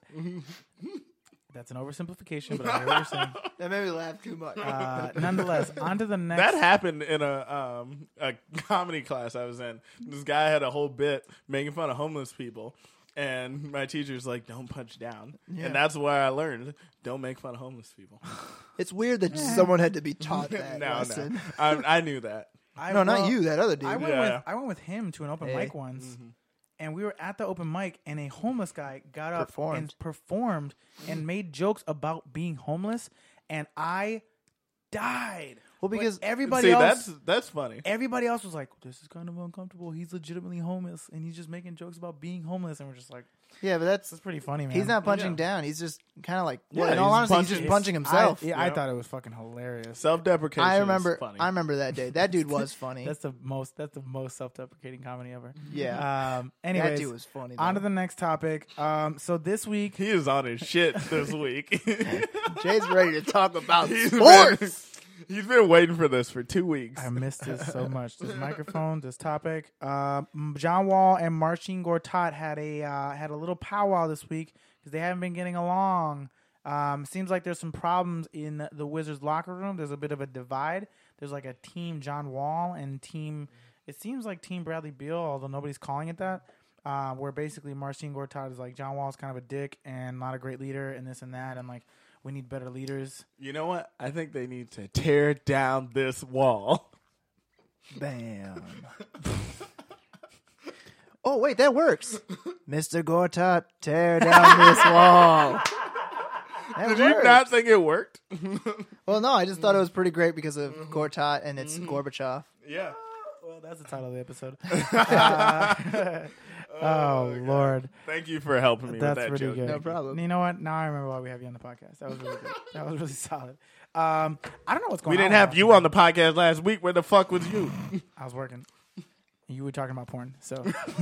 S1: that's an oversimplification, but I hear what you're saying.
S2: That made me laugh too much.
S1: Uh, nonetheless, on to the next.
S3: That happened in a um a comedy class I was in. This guy had a whole bit making fun of homeless people. And my teacher's like, don't punch down.
S2: Yeah.
S3: And that's why I learned don't make fun of homeless people.
S2: it's weird that someone had to be taught that
S3: no,
S2: lesson.
S3: no. I, I knew that.
S1: I,
S2: No, not
S1: well,
S2: you. That other dude.
S1: I went
S3: Yeah. Mm-hmm.
S1: with I went with him to an open
S2: Hey.
S1: mic once, and we were at the open mic, and a homeless guy got up
S2: Performed.
S1: and performed and made jokes about being homeless, and I died.
S2: Well,
S1: But
S2: because-
S1: everybody
S3: See,
S1: else
S3: that's that's funny.
S1: everybody else was like, "This is kind of uncomfortable." He's legitimately homeless, and he's just making jokes about being homeless, and we're just like,
S2: yeah, but that's
S1: "That's pretty funny, man."
S2: he's not punching
S3: Yeah.
S2: down. He's just kind of like.
S3: Yeah,
S2: well, in all
S3: he's
S2: honesty, he's
S3: punching-
S2: just punching himself.
S1: I, yeah, I
S3: Yeah.
S1: thought it was fucking hilarious.
S3: Self deprecation.
S2: I remember.
S3: Is funny.
S2: I remember that day. That dude was funny.
S1: That's the most. That's the most self-deprecating comedy ever.
S2: yeah,
S1: Um.
S2: that
S1: Anyways,
S2: dude was funny.
S1: on to
S2: though.
S1: the next topic. Um. So this week,
S3: he is on his shit this week.
S2: Jay's ready to talk about
S3: He's
S2: sports.
S3: been, he's been waiting for this for two weeks.
S1: I missed this so much. This microphone, this topic. Um. John Wall and Marcin Gortat had a uh, had a little powwow this week because they haven't been getting along. Um. Seems like there's some problems in the Wizards locker room. There's a bit of a divide. There's like a team John Wall and team. It seems like team Bradley Beal, although nobody's calling it that. uh, where basically Marcin Gortat is like John Wall's kind of a dick and not a great leader and this and that and like we need better leaders.
S3: you know what? I think they need to tear down this wall.
S2: Bam. oh wait, that works. Mr. Gortat, tear down this wall. That
S3: Did you
S2: worked.
S3: not think it worked?
S2: Well, no, I just thought it was pretty great because of Gortat and it's Gorbachev.
S3: yeah.
S1: Well, that's the title of the episode. Uh, oh, Lord.
S3: Thank you for helping me
S1: That's
S3: with that
S1: pretty
S3: joke.
S1: good.
S2: No problem.
S1: You know what? Now I remember why we have you on the podcast. That was really good. That was really solid. Um, I don't know what's going
S3: We
S1: on.
S3: didn't have
S1: with
S3: you on the podcast last week. Where the fuck was you?
S1: us. I was working. You were talking about porn, so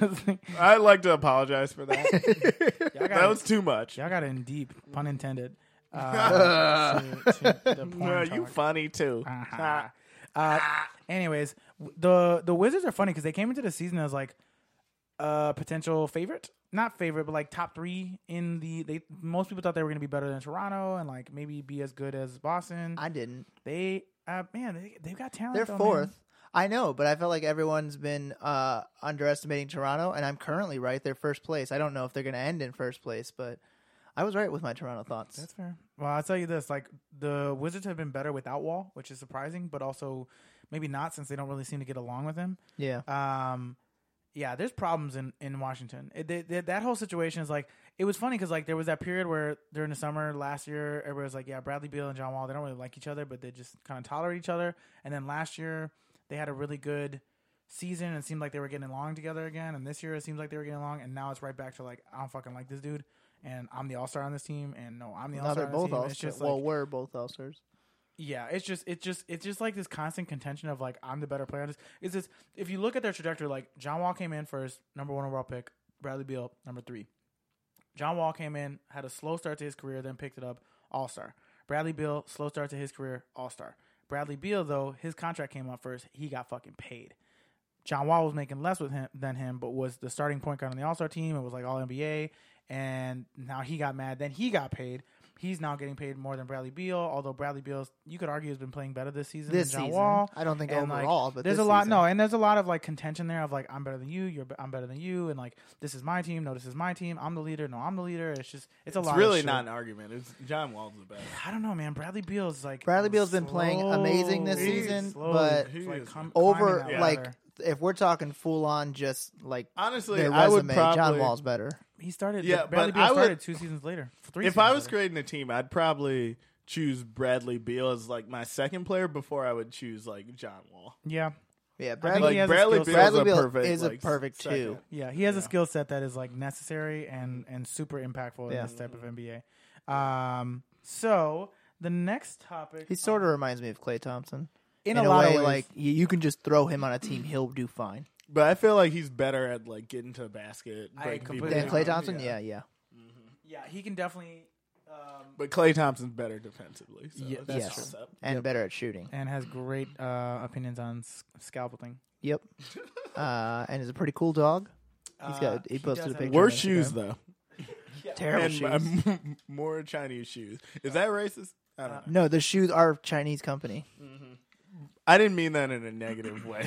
S3: I'd like to apologize for that.
S1: y'all
S3: that
S1: got,
S3: was too much.
S1: y'all got in deep, pun intended. Uh, to- to the porn
S3: Uh, you
S1: talk.
S3: funny too.
S1: Uh-huh.
S2: Ah.
S1: Uh, anyways, w- the the Wizards are funny because they came into the season as like a potential favorite, not favorite, but like top three in the. They most people thought they were going to be better than Toronto and like maybe be as good as Boston.
S2: I didn't.
S1: they uh, man, they they've got talent.
S2: They're
S1: though, man.
S2: fourth. I know, but I felt like everyone's been uh, underestimating Toronto, and I'm currently right. They're first place. I don't know if they're going to end in first place, but I was right with my Toronto thoughts.
S1: That's fair. Well, I'll tell you this: like the Wizards have been better without Wall, which is surprising, but also maybe not since they don't really seem to get along with him.
S2: yeah.
S1: Um, yeah, there's problems in in Washington. It, they, they- that whole situation is like it was funny because like there was that period where during the summer last year, everybody was like, yeah, Bradley Beal and John Wall, they don't really like each other, but they just kind of tolerate each other. And then last year, they had a really good season and it seemed like they were getting along together again. And this year, it seems like they were getting along. And now it's right back to like, I don't fucking like this dude. And I'm the all star on this team, and no, I'm the all
S2: Now
S1: star.
S2: they're both all
S1: It's
S2: stars.
S1: just like,
S2: Well, we're both all stars.
S1: yeah, it's just it's just it's just like this constant contention of like I'm the better player. on This is this if you look at their trajectory, like John Wall came in first, number one overall pick, Bradley Beal number three. John Wall came in, had a slow start to his career, then picked it up, All Star. Bradley Bill, slow start to his career, all star. Bradley Beal, though, his contract came up first. He got fucking paid. John Wall was making less with him than him, but was the starting point guard on the All Star team. It was like All NBA, and now he got mad. Then he got paid. He's now getting paid more than Bradley Beal. Although Bradley Beal, you could argue, has been playing better this season
S2: This
S1: than John
S2: season,
S1: Wall.
S2: I don't think
S1: And, like,
S2: overall, but
S1: there's
S2: this
S1: a lot
S2: season.
S1: no, and there's a lot of like contention there of like I'm better than you, you're be- I'm better than you, and like this is my team, no, this is my team, I'm the leader, no, I'm the leader. It's just it's a
S3: It's
S1: lot.
S3: really
S1: of shit.
S3: not an argument. It's John Wall's the best.
S1: I don't know, man. Bradley Beal's like
S2: Bradley Beal's been playing amazing this
S1: slowly-
S2: season,
S1: slowly,
S2: but
S1: it's
S3: He is-
S1: com-
S2: over
S1: climbing that
S2: like
S1: ladder.
S2: if we're talking full on, just like
S3: Honestly,
S2: their
S3: I would
S2: resume,
S3: probably
S2: John Wall's better.
S1: he started.
S3: Yeah,
S1: Yeah, Bradley
S3: but
S1: Beal
S3: I would-
S1: started two seasons later. Three
S3: If
S1: seasons
S3: I was
S1: later.
S3: creating a team, I'd probably choose Bradley Beal as like my second player before I would choose like John Wall.
S1: yeah,
S2: Yeah,
S1: think he
S2: Bradley.
S1: has
S3: Like
S1: a
S3: Bradley
S1: skill set.
S3: Beal
S2: Bradley
S3: a
S2: Beal
S3: perfect,
S2: is a
S3: like,
S2: perfect
S3: second.
S2: two.
S1: yeah, he has
S3: Yeah.
S1: a skill set that is like necessary and and super impactful in
S2: Yeah.
S1: this type of NBA. Um, so the next topic,
S2: He sort of reminds me of Clay Thompson
S1: in, a, lot
S2: way,
S1: of ways,
S2: like you, you can just throw him on a team, he'll do fine.
S3: But I feel like he's better at like getting to the basket.
S1: I
S3: breaking people
S1: completely
S2: Than
S1: Yeah.
S3: down.
S2: Clay Thompson, yeah, yeah.
S1: yeah, he can definitely. Um,
S3: But Clay Thompson's better defensively. So
S1: Ye-
S3: that's
S2: yes.
S3: what's up.
S2: and better at shooting.
S1: and has great uh, opinions on s- scalping.
S2: Yep. uh, and is a pretty cool dog. He's
S1: Uh,
S2: got- he posted a picture.
S3: Worse
S2: Jordan
S3: shoes
S2: Instagram.
S3: though,
S2: Terrible
S3: and
S2: shoes. Uh,
S3: uh, more Chinese shoes. Is that racist? I don't know.
S2: no, the shoes are Chinese company.
S3: I didn't mean that in a negative way.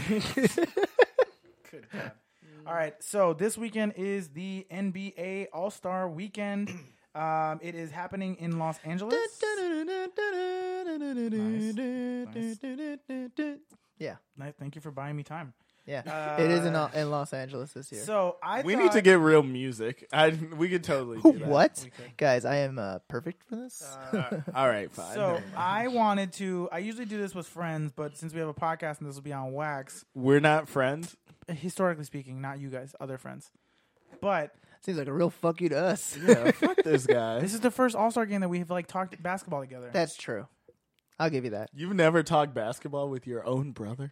S1: Good God. Mm-hmm. All right, so this weekend is the NBA All Star Weekend. Um, it is happening in Los Angeles.
S2: Yeah,
S1: Nice, Thank you for buying me time.
S2: yeah. it is in,
S1: Uh,
S2: in Los Angeles this year.
S1: So I
S3: we need to
S1: thought-
S3: get real music. I we could totally do that. Uh,
S2: what, guys? I am uh, perfect for this.
S3: All right, fine. Never
S1: So
S3: mind.
S1: I wanted to. I usually do this with friends, but since we have a podcast and this will be on wax,
S3: We're not friends.
S1: historically speaking, not you guys, other friends. But
S2: Seems like a real fuck you to us.
S3: Yeah, fuck this guy.
S1: this is the first All Star game that we've like talked basketball together.
S2: That's true. I'll give you that.
S3: You've never talked basketball with your own brother.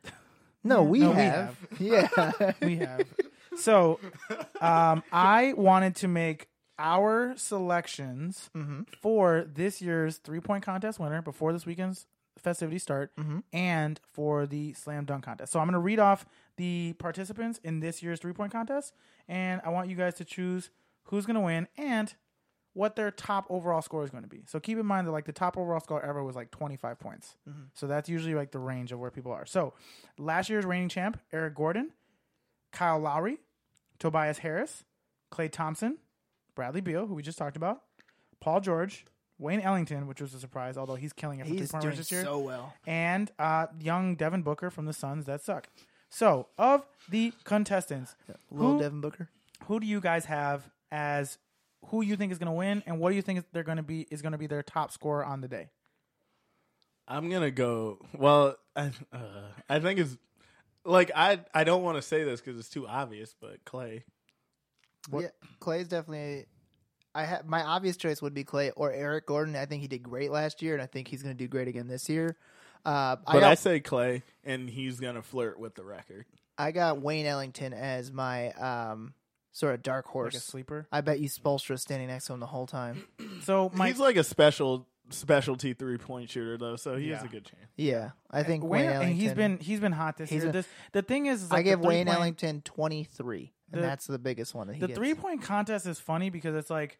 S2: No, we,
S1: no, we
S2: have. Yeah.
S1: we have. So, um, I wanted to make our selections for this year's three point contest winner before this weekend's festivities start, and for the slam dunk contest. So I'm going to read off the participants in this year's three point contest, and I want you guys to choose who's going to win and what their top overall score is going to be. So keep in mind that like the top overall score ever was like 25 points.
S2: Mm-hmm.
S1: So that's usually like the range of where people are. So last year's reigning champ Eric Gordon, Kyle Lowry, Tobias Harris, Clay Thompson, Bradley Beal, who we just talked about, Paul George, Wayne Ellington, which was a surprise, although he's killing it from three
S2: He's
S1: point
S2: doing
S1: range this year,
S2: so well.
S1: and uh, young Devin Booker from the Suns that suck. So of the contestants,
S2: Little
S1: who-
S2: Devin Booker.
S1: who do you guys have as who you think is going to win and what do you think is- they're going to be is going to be their top scorer on the day
S3: I'm gonna go. Well, I, uh, I think it's like I I don't want to say this because it's too obvious, but Clay.
S1: What-
S2: Yeah, Clay's definitely. I ha- my obvious choice would be Clay or Eric Gordon. I think he did great last year, and I think he's going to do great again this year. Uh, I,
S3: But I,
S2: got,
S3: say Clay, and he's gonna flirt with the record.
S2: I got Wayne Ellington as my um, sort of dark
S1: like a
S2: horse.
S1: sleeper
S2: I bet you Spolstra standing next to him the whole time.
S1: so my
S3: he's like a special specialty three point shooter though, so he has
S1: Yeah.
S3: a good chance.
S2: Yeah, I think Wayne,
S1: Wayne,
S2: Ellington.
S1: and he's been he's been hot this
S2: He's
S1: year.
S2: been-
S1: this the thing is, is
S2: I
S1: like the
S2: give Wayne
S1: three-point-
S2: Ellington twenty three, and
S1: The-
S2: that's the biggest one that he
S1: The
S2: gets.
S1: three point contest is funny because it's like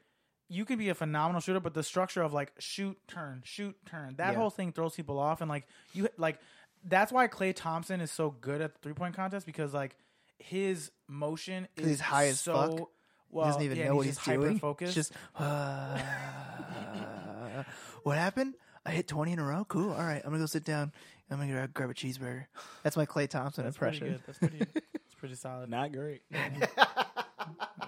S1: you can be a phenomenal shooter, but the structure of like shoot turn shoot turn that
S2: Yeah.
S1: whole thing throws people off, and like you like that's why Clay Thompson is so good at the three point contest because like his motion is
S2: he's high as
S1: so.
S2: fuck.
S1: Well,
S2: he doesn't even
S1: yeah,
S2: know
S1: and
S2: what
S1: he's
S2: he's, doing.
S1: Focused.
S2: Just "Uh, what happened? I hit twenty in a row. Cool. All right, I'm gonna go sit down. I'm gonna grab, grab a cheeseburger. That's my Clay Thompson
S1: That's pretty
S2: impression.
S1: good. That's pretty. It's pretty solid.
S3: Not great.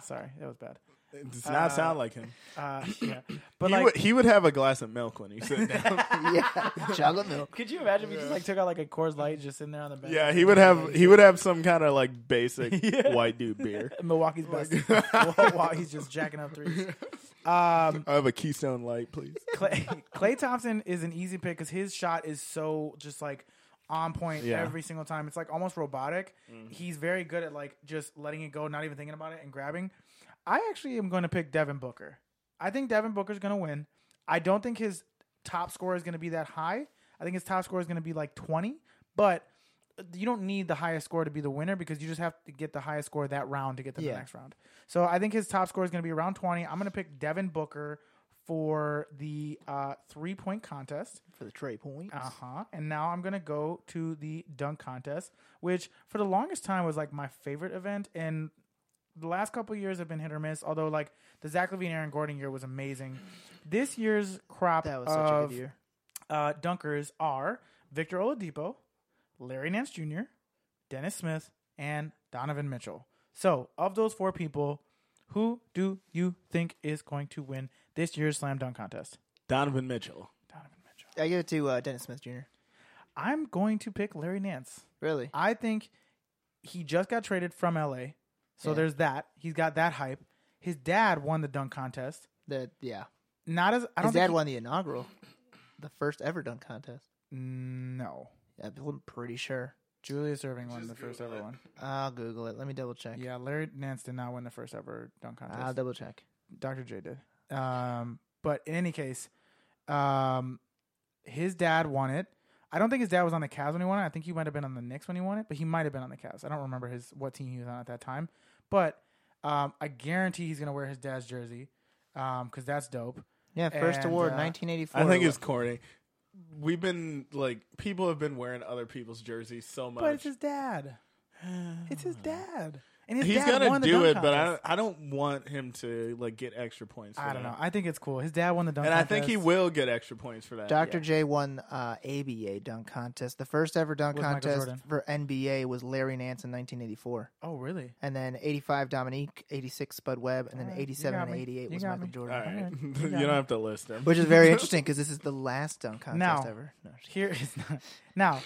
S1: Sorry, that was bad.
S3: It does not sound like him.
S1: Uh, yeah, but
S3: he,
S1: like,
S3: would, he would have a glass of milk when he sat down.
S2: yeah, chocolate milk.
S1: could you imagine if you just like took out like a Coors Light just sitting there on the bench?
S3: yeah, he would have he would have some kind of like basic
S1: Yeah.
S3: white dude beer.
S1: Milwaukee's best. while, while he's just jacking up threes. Um,
S3: I have a Keystone Light, please.
S1: Clay, Clay Thompson is an easy pick because his shot is so just like on point
S3: Yeah. Mm.
S1: every single time. It's like almost robotic. He's very good at like just letting it go, not even thinking about it, and grabbing. I actually am going to pick Devin Booker. I think Devin Booker's going to win. I don't think his top score is going to be that high. I think his top score is going to be like 20, but you don't need the highest score to be the winner because you just have to get the highest score that round to get to the
S2: Yeah.
S1: next round. So I think his top score is going to be around 20. I'm going to pick Devin Booker for the uh, three point contest.
S2: for the Trey points.
S1: Uh huh. And now I'm gonna go to the dunk contest, which for the longest time was like my favorite event, and the last couple years have been hit or miss. Although like the Zach Levine, Aaron Gordon year was amazing. This year's crop
S2: that was such a
S1: of
S2: good year.
S1: uh, dunkers are Victor Oladipo, Larry Nance Jr., Dennis Smith, and Donovan Mitchell. So of those four people, who do you think is going to win this year's slam dunk contest?
S3: Donovan Mitchell.
S1: Donovan Mitchell.
S2: I give it to uh, Dennis Smith Jr.
S1: I'm going to pick Larry Nance.
S2: Really?
S1: I think he just got traded from LA. So
S2: Yeah.
S1: there's that. He's got that hype. His dad won the dunk contest.
S2: The yeah.
S1: Not as I don't
S2: His
S1: think
S2: dad
S1: he-
S2: won the inaugural, the first ever dunk contest.
S1: No.
S2: I'm pretty sure.
S1: Julius Irving won the first ever one.
S2: I'll Google it. Let me double check.
S1: Yeah, Larry Nance did not win the first ever dunk contest.
S2: I'll double check.
S1: Dr. J did. Um, but in any case, um, his dad won it. I don't think his dad was on the Cavs when he won it. I think he might have been on the Knicks when he won it, but he might have been on the Cavs. I don't remember his what team he was on at that time. But um, I guarantee he's gonna wear his dad's jersey because that's dope.
S2: Yeah, first
S1: And,
S2: award,
S1: uh,
S2: 1984.
S3: I think it's corny. We've been like people have been wearing other people's jerseys so much.
S1: But it's his dad. It's his dad. And his
S3: He's
S1: dad
S3: gonna
S1: won the
S3: do
S1: dunk
S3: it, but I
S1: contest.
S3: don't, I don't want him to like get extra points. For
S1: I don't
S3: that.
S1: know. I think it's cool. His dad won the dunk.
S3: and I think he
S1: contest
S3: will get extra points for that.
S2: Dr. J won uh, ABA dunk contest. The first ever dunk
S1: With Michael
S2: contest
S1: Jordan.
S2: for NBA was Larry Nance in 1984.
S1: Oh really?
S2: And then 85 Dominique, 86 Spud Webb, and then
S1: Alright, you
S2: 87
S1: got
S2: and
S1: me.
S2: 88
S1: You
S2: was
S1: got
S2: Michael
S1: me.
S3: All
S2: Jordan.
S3: right,
S1: Alright, you
S3: you
S1: got
S3: don't
S1: it.
S3: have to list them.
S2: Which is very interesting because this is the last dunk contest
S1: Now-
S2: ever. No, I'm just-
S1: Here is not. Now,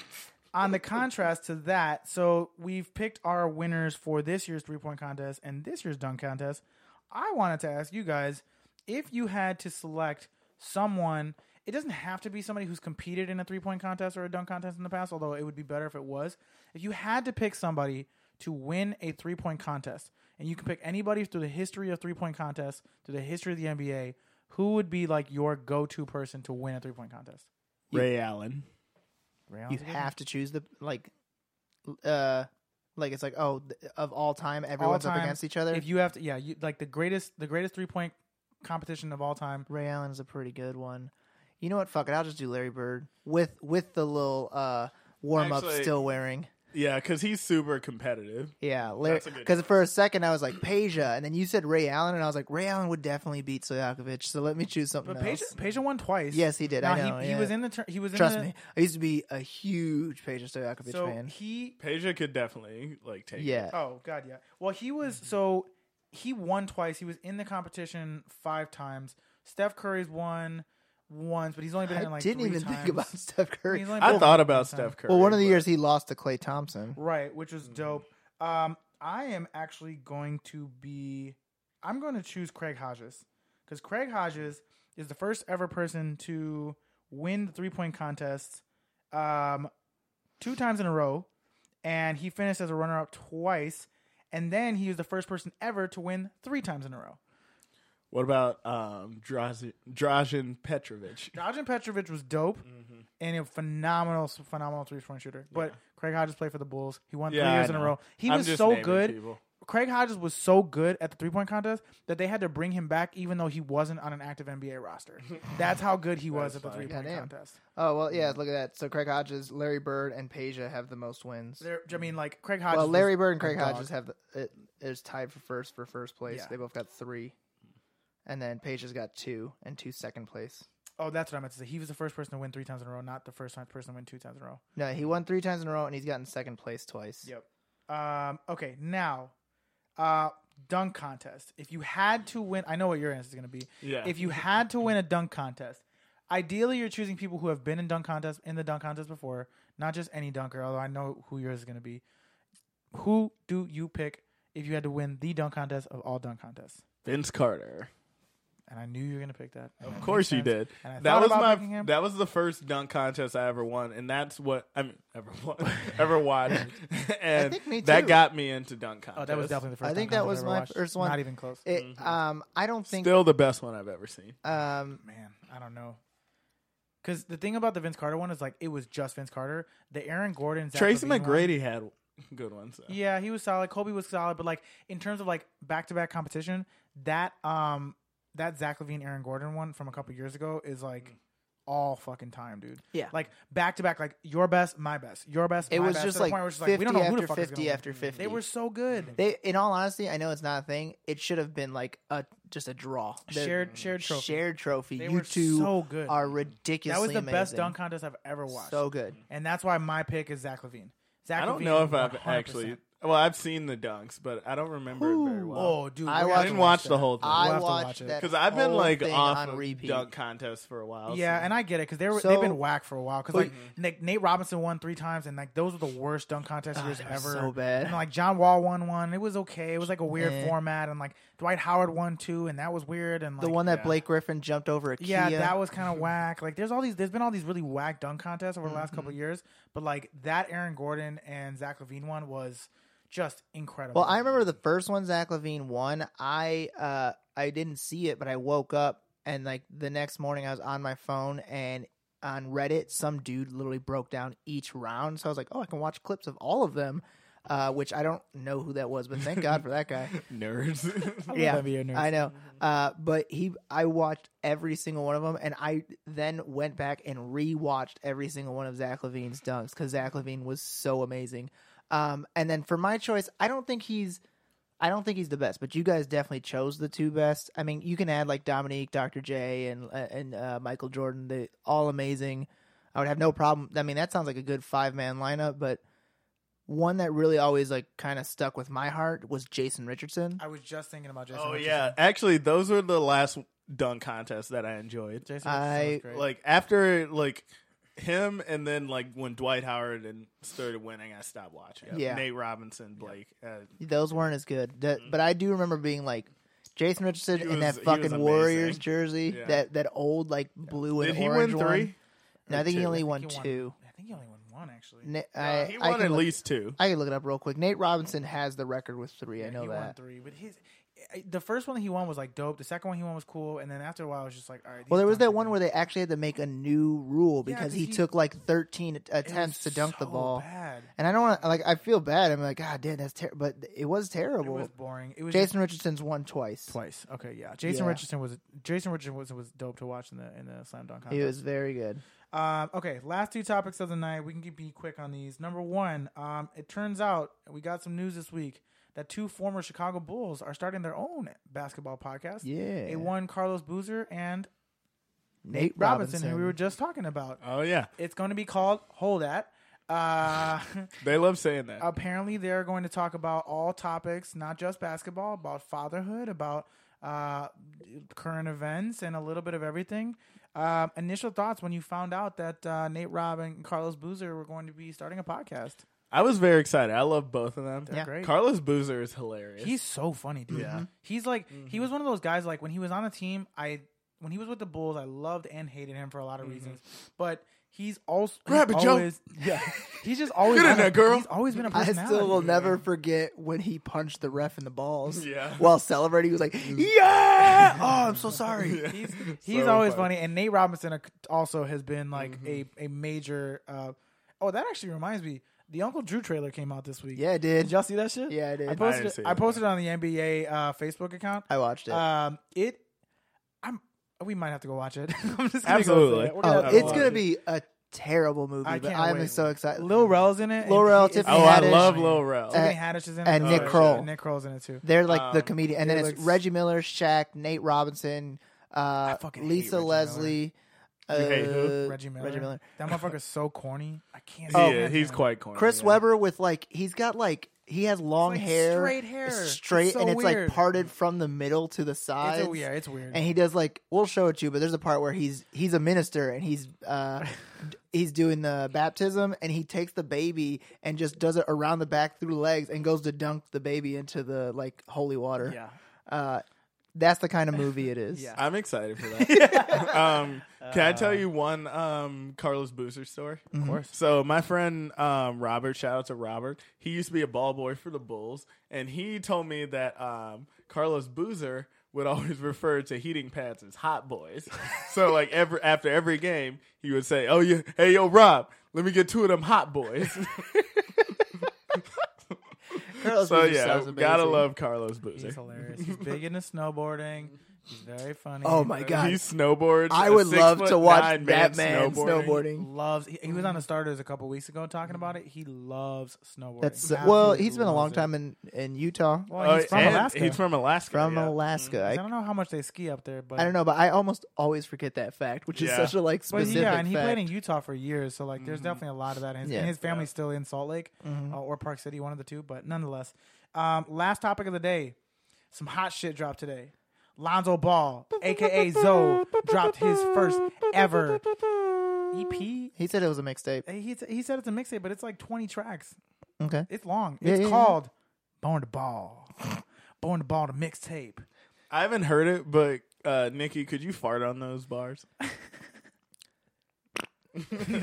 S1: on the contrast to that, so we've picked our winners for this year's three point contest and this year's dunk contest. I wanted to ask you guys if you had to select someone, it doesn't have to be somebody who's competed in a three point contest or a dunk contest in the past, although it would be better if it was. If you had to pick somebody to win a three point contest, and you can pick anybody through the history of three point contests, through the history of the NBA, who would be like your go to person to win a three point contest?
S3: Ray Allen.
S1: Ray
S2: you
S1: Allen's a good one.
S2: have to choose the, like, uh, like it's like, oh, th- of all time, everyone's
S1: time,
S2: up against each other.
S1: If you have to, yeah, you, like the greatest, the greatest three point competition of all time.
S2: Ray Allen's a pretty good one. You know what? Fuck it. I'll just do Larry Bird with with the little uh, warm up
S3: Actually-
S2: still wearing.
S3: Yeah, because he's super competitive.
S2: Yeah, Larry.
S3: That's a good
S2: Because for a second I was like Peja, and then you said Ray Allen, and I was like Ray Allen would definitely beat Stojakovic. So let me choose something
S1: But
S2: else.
S1: Peja, Peja won twice.
S2: Yes, he did.
S1: Now,
S2: I know.
S1: he,
S2: yeah.
S1: he was in the tur- he was in
S2: Trust
S1: the,
S2: me, I used to be a huge Peja Stojakovic
S1: So
S2: fan.
S1: he,
S3: Peja could definitely like take. it.
S2: Yeah,
S1: oh god, yeah. Well, he was
S2: Mm-hmm.
S1: so he won twice. He was in the competition five times. Steph Curry's won once, but he's only been
S2: I
S1: in like
S2: didn't
S1: three
S2: even
S1: times.
S2: think about Steph Curry.
S1: He's only
S3: I
S1: been-
S3: thought about Steph Curry.
S2: well, one of the
S3: but-
S2: years he lost to Clay Thompson.
S1: Right, which
S3: Mm-hmm.
S1: was dope. Um, I am actually going to be. I'm going to choose Craig Hodges because Craig Hodges is the first ever person to win the three point contest um, two times in a row, and he finished as a runner up twice. And then he was the first person ever to win three times in a row.
S3: What about um, Drazen, Drazen Petrovic?
S1: Dragan Petrovic was dope
S3: Mm-hmm.
S1: and a phenomenal, phenomenal three point shooter. But Craig Hodges played for the Bulls. He won
S3: Yeah,
S1: three
S3: I
S1: years in a
S3: know.
S1: row. He
S3: I'm
S1: was
S3: just
S1: so
S3: naming
S1: good.
S3: people.
S1: Craig Hodges was so good at the three point contest that they had to bring him back even though he wasn't on an active NBA roster. That's how good he was at the
S3: funny.
S1: three point
S2: Goddamn.
S1: contest.
S2: Oh well, yeah. Look at that. So Craig Hodges, Larry Bird, and Peja have the most wins.
S1: There, I mean, like Craig Hodges.
S2: Well, Larry
S1: was
S2: Bird and
S1: a
S2: Craig
S1: dog.
S2: Hodges have the, it is tied for first for first place.
S1: Yeah.
S2: They both got three, and then Page has got two and two second place.
S1: Oh, that's what I meant to say. He was the first person to win three times in a row, not the first time person to win two times in a row.
S2: No, he won three times in a row and he's gotten second place twice.
S1: Yep. Um, okay, now, uh, dunk contest. If you had to win, I know what your answer is going to be.
S3: Yeah.
S1: If you had to win a dunk contest, ideally you're choosing people who have been in dunk contests in the dunk contest before, not just any dunker. Although I know who yours is going to be. Who do you pick if you had to win the dunk contest of all dunk contests?
S3: Vince Carter.
S1: And I knew you were going to pick that.
S3: Of course you did.
S1: And I
S3: That
S1: thought
S3: was
S1: about
S3: my.
S1: picking him.
S3: That was the first dunk contest I ever won, and that's what I mean. Ever won, ever watched, and
S2: think me
S3: that
S2: too.
S3: got me into dunk contest.
S1: Oh, that was definitely the first.
S2: I think
S1: dunk
S2: that was
S1: contest I ever
S2: my
S1: watched.
S2: first one.
S1: Not even close.
S2: It, Um, I don't think.
S3: still the best one I've ever seen.
S2: um,
S1: Man, I don't know. Because the thing about the Vince Carter one is like it was just Vince Carter. The Aaron Gordon, Zach
S3: Tracy
S1: Levine one-
S3: McGrady had good ones. though.
S1: yeah, he was solid. Kobe was solid, but like in terms of like back to back competition, that um that Zach Levine Aaron Gordon one from a couple years ago is like all fucking time, dude.
S2: Yeah.
S1: like back to back, like your best, my best, your best.
S2: It
S1: my
S2: was
S1: best,
S2: just
S1: to the
S2: like
S1: point where it's just,
S2: 50
S1: like we don't know who the
S2: after
S1: fuck is gonna
S2: 50
S1: win.
S2: after 50.
S1: They were so good.
S2: They, in all honesty, I know it's not a thing. It should have been like a just a draw. The
S1: shared shared trophy.
S2: shared trophy.
S1: They
S2: you
S1: were
S2: two
S1: so good.
S2: are ridiculously
S1: that was the best
S2: amazing.
S1: dunk contest I've ever watched.
S2: So good.
S1: and that's why my pick is Zach Levine. Zach
S3: I don't
S1: Levine,
S3: know if I've
S1: 100%.
S3: actually. Well, I've seen the dunks, but I don't remember it very well.
S1: Oh, dude,
S2: I watched-
S1: we have
S3: I
S1: to
S3: didn't watch
S1: that.
S3: the whole thing
S1: We'll have
S2: I
S1: to watch
S2: watched
S1: it.
S2: that
S3: because I've been
S2: whole
S3: like
S2: thing
S3: off
S2: on
S3: of
S2: repeat.
S3: dunk contests for a while.
S1: Yeah,
S3: so-
S1: and I get it because they were
S2: So-
S1: they've been whack for a while. Because like Nick, Nate Robinson won three times, and like those were the worst dunk contest years
S2: they were
S1: ever.
S2: Ah,
S1: Oh
S2: so bad.
S1: And like John Wall won one. It was okay. It was like a weird
S2: Eh.
S1: format, and like Dwight Howard won two, and that was weird. And like,
S2: The one that
S3: yeah.
S2: Blake Griffin jumped over a
S1: yeah,
S2: Kia.
S1: that was kind of whack. Like there's all these there's been all these really whack dunk contests over the last
S2: Mm-hmm.
S1: couple of years, but like that Aaron Gordon and Zach Levine one was just incredible.
S2: Well, I remember the first one Zach Levine won. I uh I didn't see it, but I woke up and like the next morning I was on my phone and on Reddit some dude literally broke down each round. So I was like, oh, I can watch clips of all of them, uh, which I don't know who that was, but thank God for that guy.
S3: nerds.
S1: love that video, nerds.
S2: I know. Uh, but he, I watched every single one of them, and I then went back and rewatched every single one of Zach Levine's dunks because Zach Levine was so amazing. Um, and then for my choice, I don't think he's, I don't think he's the best, but you guys definitely chose the two best. I mean, you can add like Dominique, Dr. J, and and uh, Michael Jordan. They all amazing. I would have no problem. I mean, that sounds like a good five man lineup, but. One that really always like kind of stuck with my heart was Jason Richardson.
S1: I was just thinking about Jason.
S3: oh
S1: Richardson.
S3: yeah, actually, those were the last dunk contests that I enjoyed.
S1: Jason Richardson
S2: I-
S1: was great.
S3: Like after like him, and then like when Dwight Howard and started winning, I stopped watching.
S2: Yeah.
S3: Nate Robinson, Blake. Uh,
S2: Those weren't as good. That, But I do remember being like Jason Richardson
S3: He
S2: in
S3: was-
S2: that
S3: he was
S2: fucking
S3: amazing.
S2: Warriors jersey.
S3: Yeah.
S2: That that old like blue
S3: did
S2: and
S3: he win
S2: orange one.
S3: three?
S2: No, I think he
S3: two?
S2: only
S3: I
S2: won
S1: He won-
S2: two.
S1: I think he only won one actually.
S2: Na-
S3: Uh,
S2: I,
S3: he
S2: I
S3: won
S2: can
S3: at
S2: look,
S3: least two.
S2: I can look it up real quick. Nate Robinson has the record with three. I
S1: Yeah,
S2: know
S1: he won
S2: that.
S1: three, but his the first one that he won was like dope. The second one he won was cool, and then after a while, I was just like, all right.
S2: Well, there was that one where they actually had to make a new rule
S1: Yeah,
S2: because
S1: 'cause
S2: he,
S1: he-
S2: took like thirteen at- attempts to dunk the ball.
S1: Bad.
S2: And I don't want to like. I feel bad. I'm like, God damn, that's terrible. But it was
S1: It
S2: terrible.
S1: was boring. It was just
S2: Jason Richardson's won twice.
S1: twice. Okay, yeah. Jason
S2: Yeah.
S1: Richardson was Jason Richardson was, was dope to watch in the in the slam dunk
S2: He
S1: contest.
S2: was very good.
S1: Um, okay, last two topics of the night. We can get- be quick on these. Number one, um, it turns out we got some news this week that two former Chicago Bulls are starting their own basketball podcast.
S2: Yeah.
S1: A one Carlos Boozer and
S2: Nate
S1: Robinson,
S2: Robinson.
S1: who we were just talking about.
S3: Oh yeah,
S1: It's going to be called Hold That. Uh,
S3: they love saying that.
S2: Uh,
S1: apparently, they're going to talk about all topics, not just basketball, about fatherhood, about uh, current events, and a little bit of everything. Um, initial thoughts when you found out that uh, Nate Robb and Carlos Boozer were going to be starting a podcast.
S3: I was very excited. I love both of them.
S1: Yeah. great.
S3: Carlos Boozer is hilarious.
S1: He's so funny, dude.
S3: Yeah. Mm-hmm.
S1: He's like he was one of those guys like when he was on the team, I when he was with the Bulls, I loved and hated him for a lot of reasons. But he's also he's
S3: Mm-hmm. Grab it, Joe.
S1: always yeah. He's just always
S3: Get in
S1: been a-
S3: there, girl.
S1: He's always been a
S2: I
S1: personality.
S2: still will never forget when he punched the ref in the balls.
S3: Yeah.
S2: While celebrating, he was like, "Yeah! Oh, I'm so sorry."
S1: He's he's
S3: So
S1: always
S3: funny.
S1: funny. and Nate Robinson ac- also has been like
S2: Mm-hmm.
S1: a a major. Uh, oh, that actually reminds me. The Uncle Drew trailer came out this week.
S2: Yeah, it did.
S1: did y'all see that shit?
S2: Yeah, I did.
S1: I
S3: I didn't see
S1: posted.
S3: it,
S1: I, posted it on the NBA uh, Facebook account.
S2: I watched it.
S1: Um, it, I'm. We might have to go watch it. I'm just gonna go say
S3: Absolutely.
S1: it. We're
S2: oh,
S1: gonna have
S2: it's
S1: watch
S2: gonna
S1: it.
S2: be a terrible movie,
S1: I
S2: but
S1: can't
S2: I'm
S1: wait.
S2: so excited.
S1: Lil Rel's in it. and
S2: Lil Rel,
S1: he is-
S2: Tiffany
S3: oh, I
S2: Haddish.
S3: love Lil Rel.
S1: Tiffany Haddish is in it.
S2: and
S1: Oh,
S2: Nick
S1: shit.
S2: Kroll.
S1: Nick Kroll's in it too.
S2: They're like the
S3: um,
S2: comedian, and then
S1: it
S2: it's
S1: looks-
S2: Reggie Miller, Shaq, Nate Robinson, uh,
S1: fucking hate
S2: Lisa
S1: Reggie
S2: Leslie.
S3: Miller. You hate who? Oh,
S2: uh,
S1: Reggie Miller.
S2: Reggie Miller. Oh,
S1: That motherfucker's so corny. I can't.
S3: Yeah,
S1: stand
S3: he's
S1: him.
S3: quite corny.
S2: Chris
S3: yeah.
S2: Webber with like he's got like he has long
S1: like
S2: hair,
S1: straight hair.
S2: It's
S1: It's
S2: straight,
S1: so
S2: and it's
S1: weird.
S2: like parted from the middle to the
S1: It's
S2: side.
S1: a, yeah, it's weird.
S2: and he does like we'll show it to you but there's a part where he's he's a minister and he's uh d- he's doing the baptism and he takes the baby and just does it around the back through the legs and goes to dunk the baby into the like holy water
S1: yeah.
S2: uh that's the kind of movie it is
S1: Yeah.
S3: I'm excited for that. um, can I tell you one um, Carlos Boozer story? Of
S1: course.
S3: So my friend um, Robert, shout out to Robert. He used to be a ball boy for the Bulls, and he told me that um, Carlos Boozer would always refer to heating pads as hot boys. so like every after every game, he would say, "Oh yeah, hey yo Rob, let me get two of them hot boys."
S2: Carlos
S3: so
S2: Boozer
S3: yeah,
S2: sounds amazing.
S3: gotta love Carlos Boozer.
S1: He's hilarious. He's big into snowboarding. He's very funny.
S2: Oh my
S1: He
S2: God.
S3: He snowboards.
S2: I
S3: a
S2: would
S3: six
S2: love
S3: foot
S2: to watch
S3: nine
S2: that man snowboarding.
S1: Loves. He, he was on the starters a couple weeks ago talking about it. He loves snowboarding.
S2: That's
S1: Absolutely
S2: well, he's been a long
S1: loves it.
S2: time in, in Utah
S1: Well, he's
S3: Oh,
S1: from
S3: and
S1: Alaska.
S3: He's from Alaska.
S2: from
S3: yeah.
S2: Alaska.
S1: I
S2: I,
S1: don't know how much they ski up there, but
S2: I don't know, but I almost always forget that fact, which is
S3: Yeah.
S2: such a like
S1: But
S2: specific
S1: yeah, and he played in
S2: fact.
S1: Utah for years, so like,
S3: Mm-hmm.
S1: there's definitely a lot of that. And his,
S2: Yeah. Mm-hmm.
S1: and his family's still in Salt Lake uh, or Park City, one of the two. But nonetheless, um, last topic of the day: some hot shit dropped today. Lonzo Ball, aka Zoe, dropped his first ever E EP. He,
S2: He said it was a mixtape.
S1: he said it's a mixtape, but it's like 20 tracks.
S2: Okay,
S1: It's long.
S2: Yeah,
S1: it's
S2: yeah, yeah.
S1: called Born to Ball. Born to Ball to mixtape.
S3: I haven't heard it, but uh, Nikki, could you fart on those bars?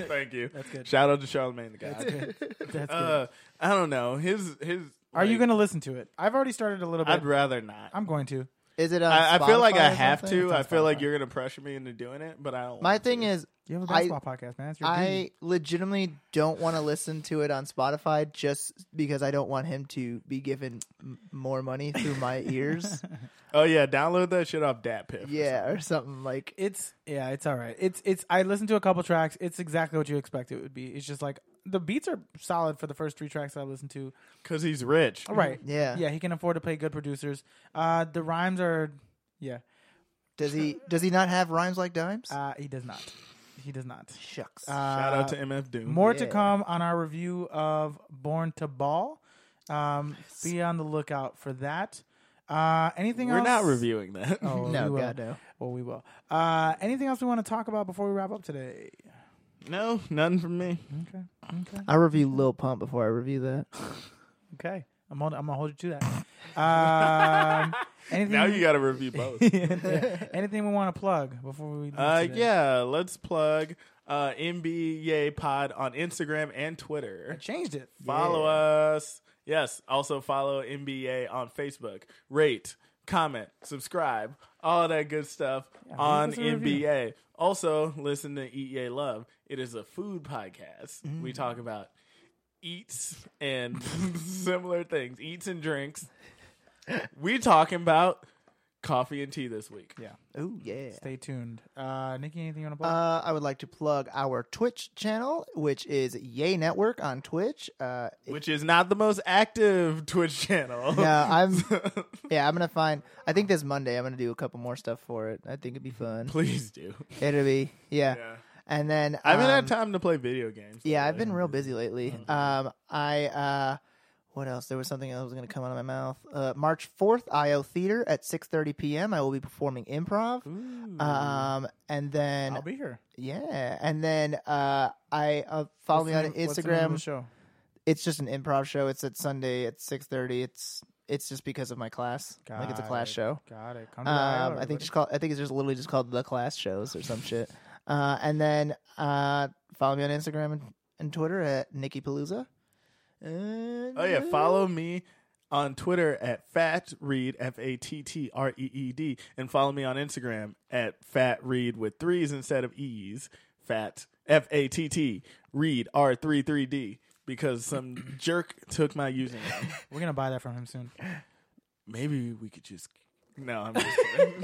S3: Thank you.
S1: That's good.
S3: Shout out to Charlemagne the
S1: That's
S3: God.
S1: good. That's good.
S3: Uh, I don't know his his.
S1: Are you
S3: like,
S1: going to listen to it? I've already started a little bit.
S3: Uh, I'd rather not.
S1: I'm going to.
S2: is it? On
S3: I, I feel like
S2: Spotify
S3: I
S2: or
S3: have
S2: something?
S3: to. I feel
S1: Spotify.
S3: like you're gonna pressure me into doing it, but I don't.
S2: My
S3: want
S2: thing
S3: to.
S2: is,
S1: You have a
S2: I-
S1: basketball podcast, man. It's your duty.
S2: I legitimately don't want to listen to it on Spotify just because I don't want him to be given m- more money through my ears.
S3: oh yeah, download that shit off DatPiff. or
S2: yeah, or something like
S1: It's yeah, it's all right. It's it's. I listened to a couple tracks. It's exactly what you expect it would be. It's just like the beats are solid for the first three tracks I listened to.
S3: Because he's rich.
S1: All right.
S2: yeah.
S1: Yeah, he can afford to pay good producers. Uh, the rhymes are, yeah.
S2: Does he does he not have rhymes like dimes?
S1: Uh, he does not. He does not.
S2: Shucks.
S1: Uh,
S3: Shout out to MF Doom.
S1: More to
S2: Yeah.
S1: come on our review of Born to Ball. Um, be on the lookout for that. Uh, anything
S3: We're
S1: else?
S3: not reviewing that.
S1: Oh, we
S2: no,
S3: uh,
S1: will.
S2: God no.
S1: Well, we will. Uh, anything else we want to talk about before we wrap up today?
S3: no, nothing from me.
S1: Okay. Okay.
S2: I review Lil Pump before I review that.
S1: Okay. I'm, hold, I'm gonna hold you to that. Um, anything?
S3: Now you got to review both.
S1: Yeah. Anything we want to plug before we? leave
S3: Uh,
S1: today?
S3: yeah, let's plug uh, NBA Pod on Instagram and
S1: I
S3: Twitter.
S1: changed it.
S3: Follow us. Yes, also follow NBA on Facebook. Rate, comment, subscribe, all that good stuff
S1: leave
S3: on
S1: us a review.
S3: NBA. Also, listen to Eat Yay Love. It is a food podcast.
S1: Mm.
S3: We talk about eats and similar things, eats and drinks. We talking about coffee and tea this week.
S1: Yeah.
S2: Oh yeah.
S1: Stay tuned. Uh, Nikki, anything you want to plug?
S2: Uh, I would like to plug our Twitch channel, which is Yay Network on Twitch. Uh,
S3: which is not the most active Twitch channel.
S2: no, uh, I'm yeah, I'm gonna find. I think this Monday I'm gonna do a couple more stuff for it. I think it'd be
S1: Mm-hmm.
S2: fun.
S3: Please do.
S2: It'll be yeah.
S3: Yeah.
S2: And then
S3: I haven't
S2: um,
S3: had time to play video games.
S2: Yeah, I've
S3: lately.
S2: been real busy lately.
S1: Mm-hmm.
S2: Um, I uh, what else? There was something else was going to come out of my mouth. Uh, March fourth, IO Theater at six thirty p.m. I will be performing improv. Um, and then
S1: I'll be here.
S2: yeah, and then uh, I uh, follow
S1: What's
S2: me
S1: the
S2: on
S1: name- what's the name of the
S2: Instagram.
S1: show.
S2: It's just an improv show. It's at Sunday at six thirty. It's it's just because of my class. like it's a
S1: Got
S2: class
S1: it.
S2: show.
S1: Got it. Come to the IO,
S2: Um, I think
S1: everybody.
S2: just called. I think it's just literally just called the class shows or some shit. Uh, and then uh, follow me on Instagram and, and Twitter at Nikki Palooza.
S3: Oh yeah, follow me on Twitter at Fat Reed F A T T R E E D, and follow me on Instagram at Fat Reed with threes instead of e's. Fat F A T T Reed R three three D because some jerk took my username.
S1: we're gonna buy that from him soon.
S3: Maybe we could just. No, I'm just kidding.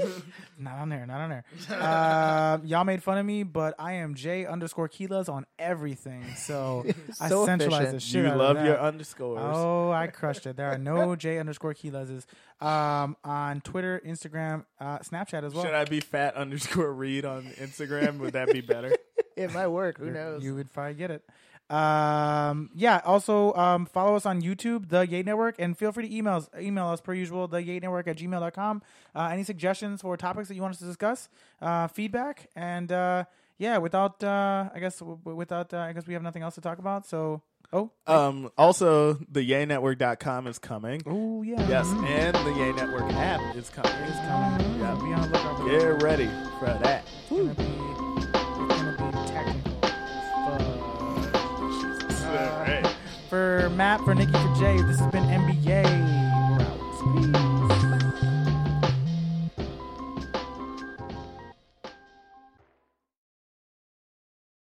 S1: Not on there, not on there. Uh, y'all made fun of me, but I am J underscore Kilas on everything. So, I
S2: So
S1: centralize
S2: efficient.
S1: the shit.
S3: you
S1: out of
S3: love
S1: that.
S3: your underscores.
S1: Oh, I crushed it. There are no J underscore Kilases um, on Twitter, Instagram, uh, Snapchat as well.
S3: Should I be fat underscore read on Instagram? Would that be better?
S2: It might work. Who
S1: You're-
S2: knows?
S1: You would probably get it. Um, yeah. Also, um, follow us on YouTube, The Yate Network, and feel free to emails email us per usual, The Yate Network at gmail.com. Uh, any suggestions for topics that you want us to discuss, uh, feedback, and uh, yeah. Without, uh, I guess, w- w- without, uh, I guess we have nothing else to talk about. So, oh,
S3: Um, also, the yaynetwork.com is coming.
S1: oh yeah,
S3: Yes, and the Yay Network app is coming.
S1: It's coming.
S3: Yeah.
S1: Be on the lookout for
S3: Get ready for that.
S1: It's gonna be, it's gonna be technical. Uh, But
S3: All right.
S1: for Matt, for Nikki, for Jay, this has been NBA. We're out. Peace.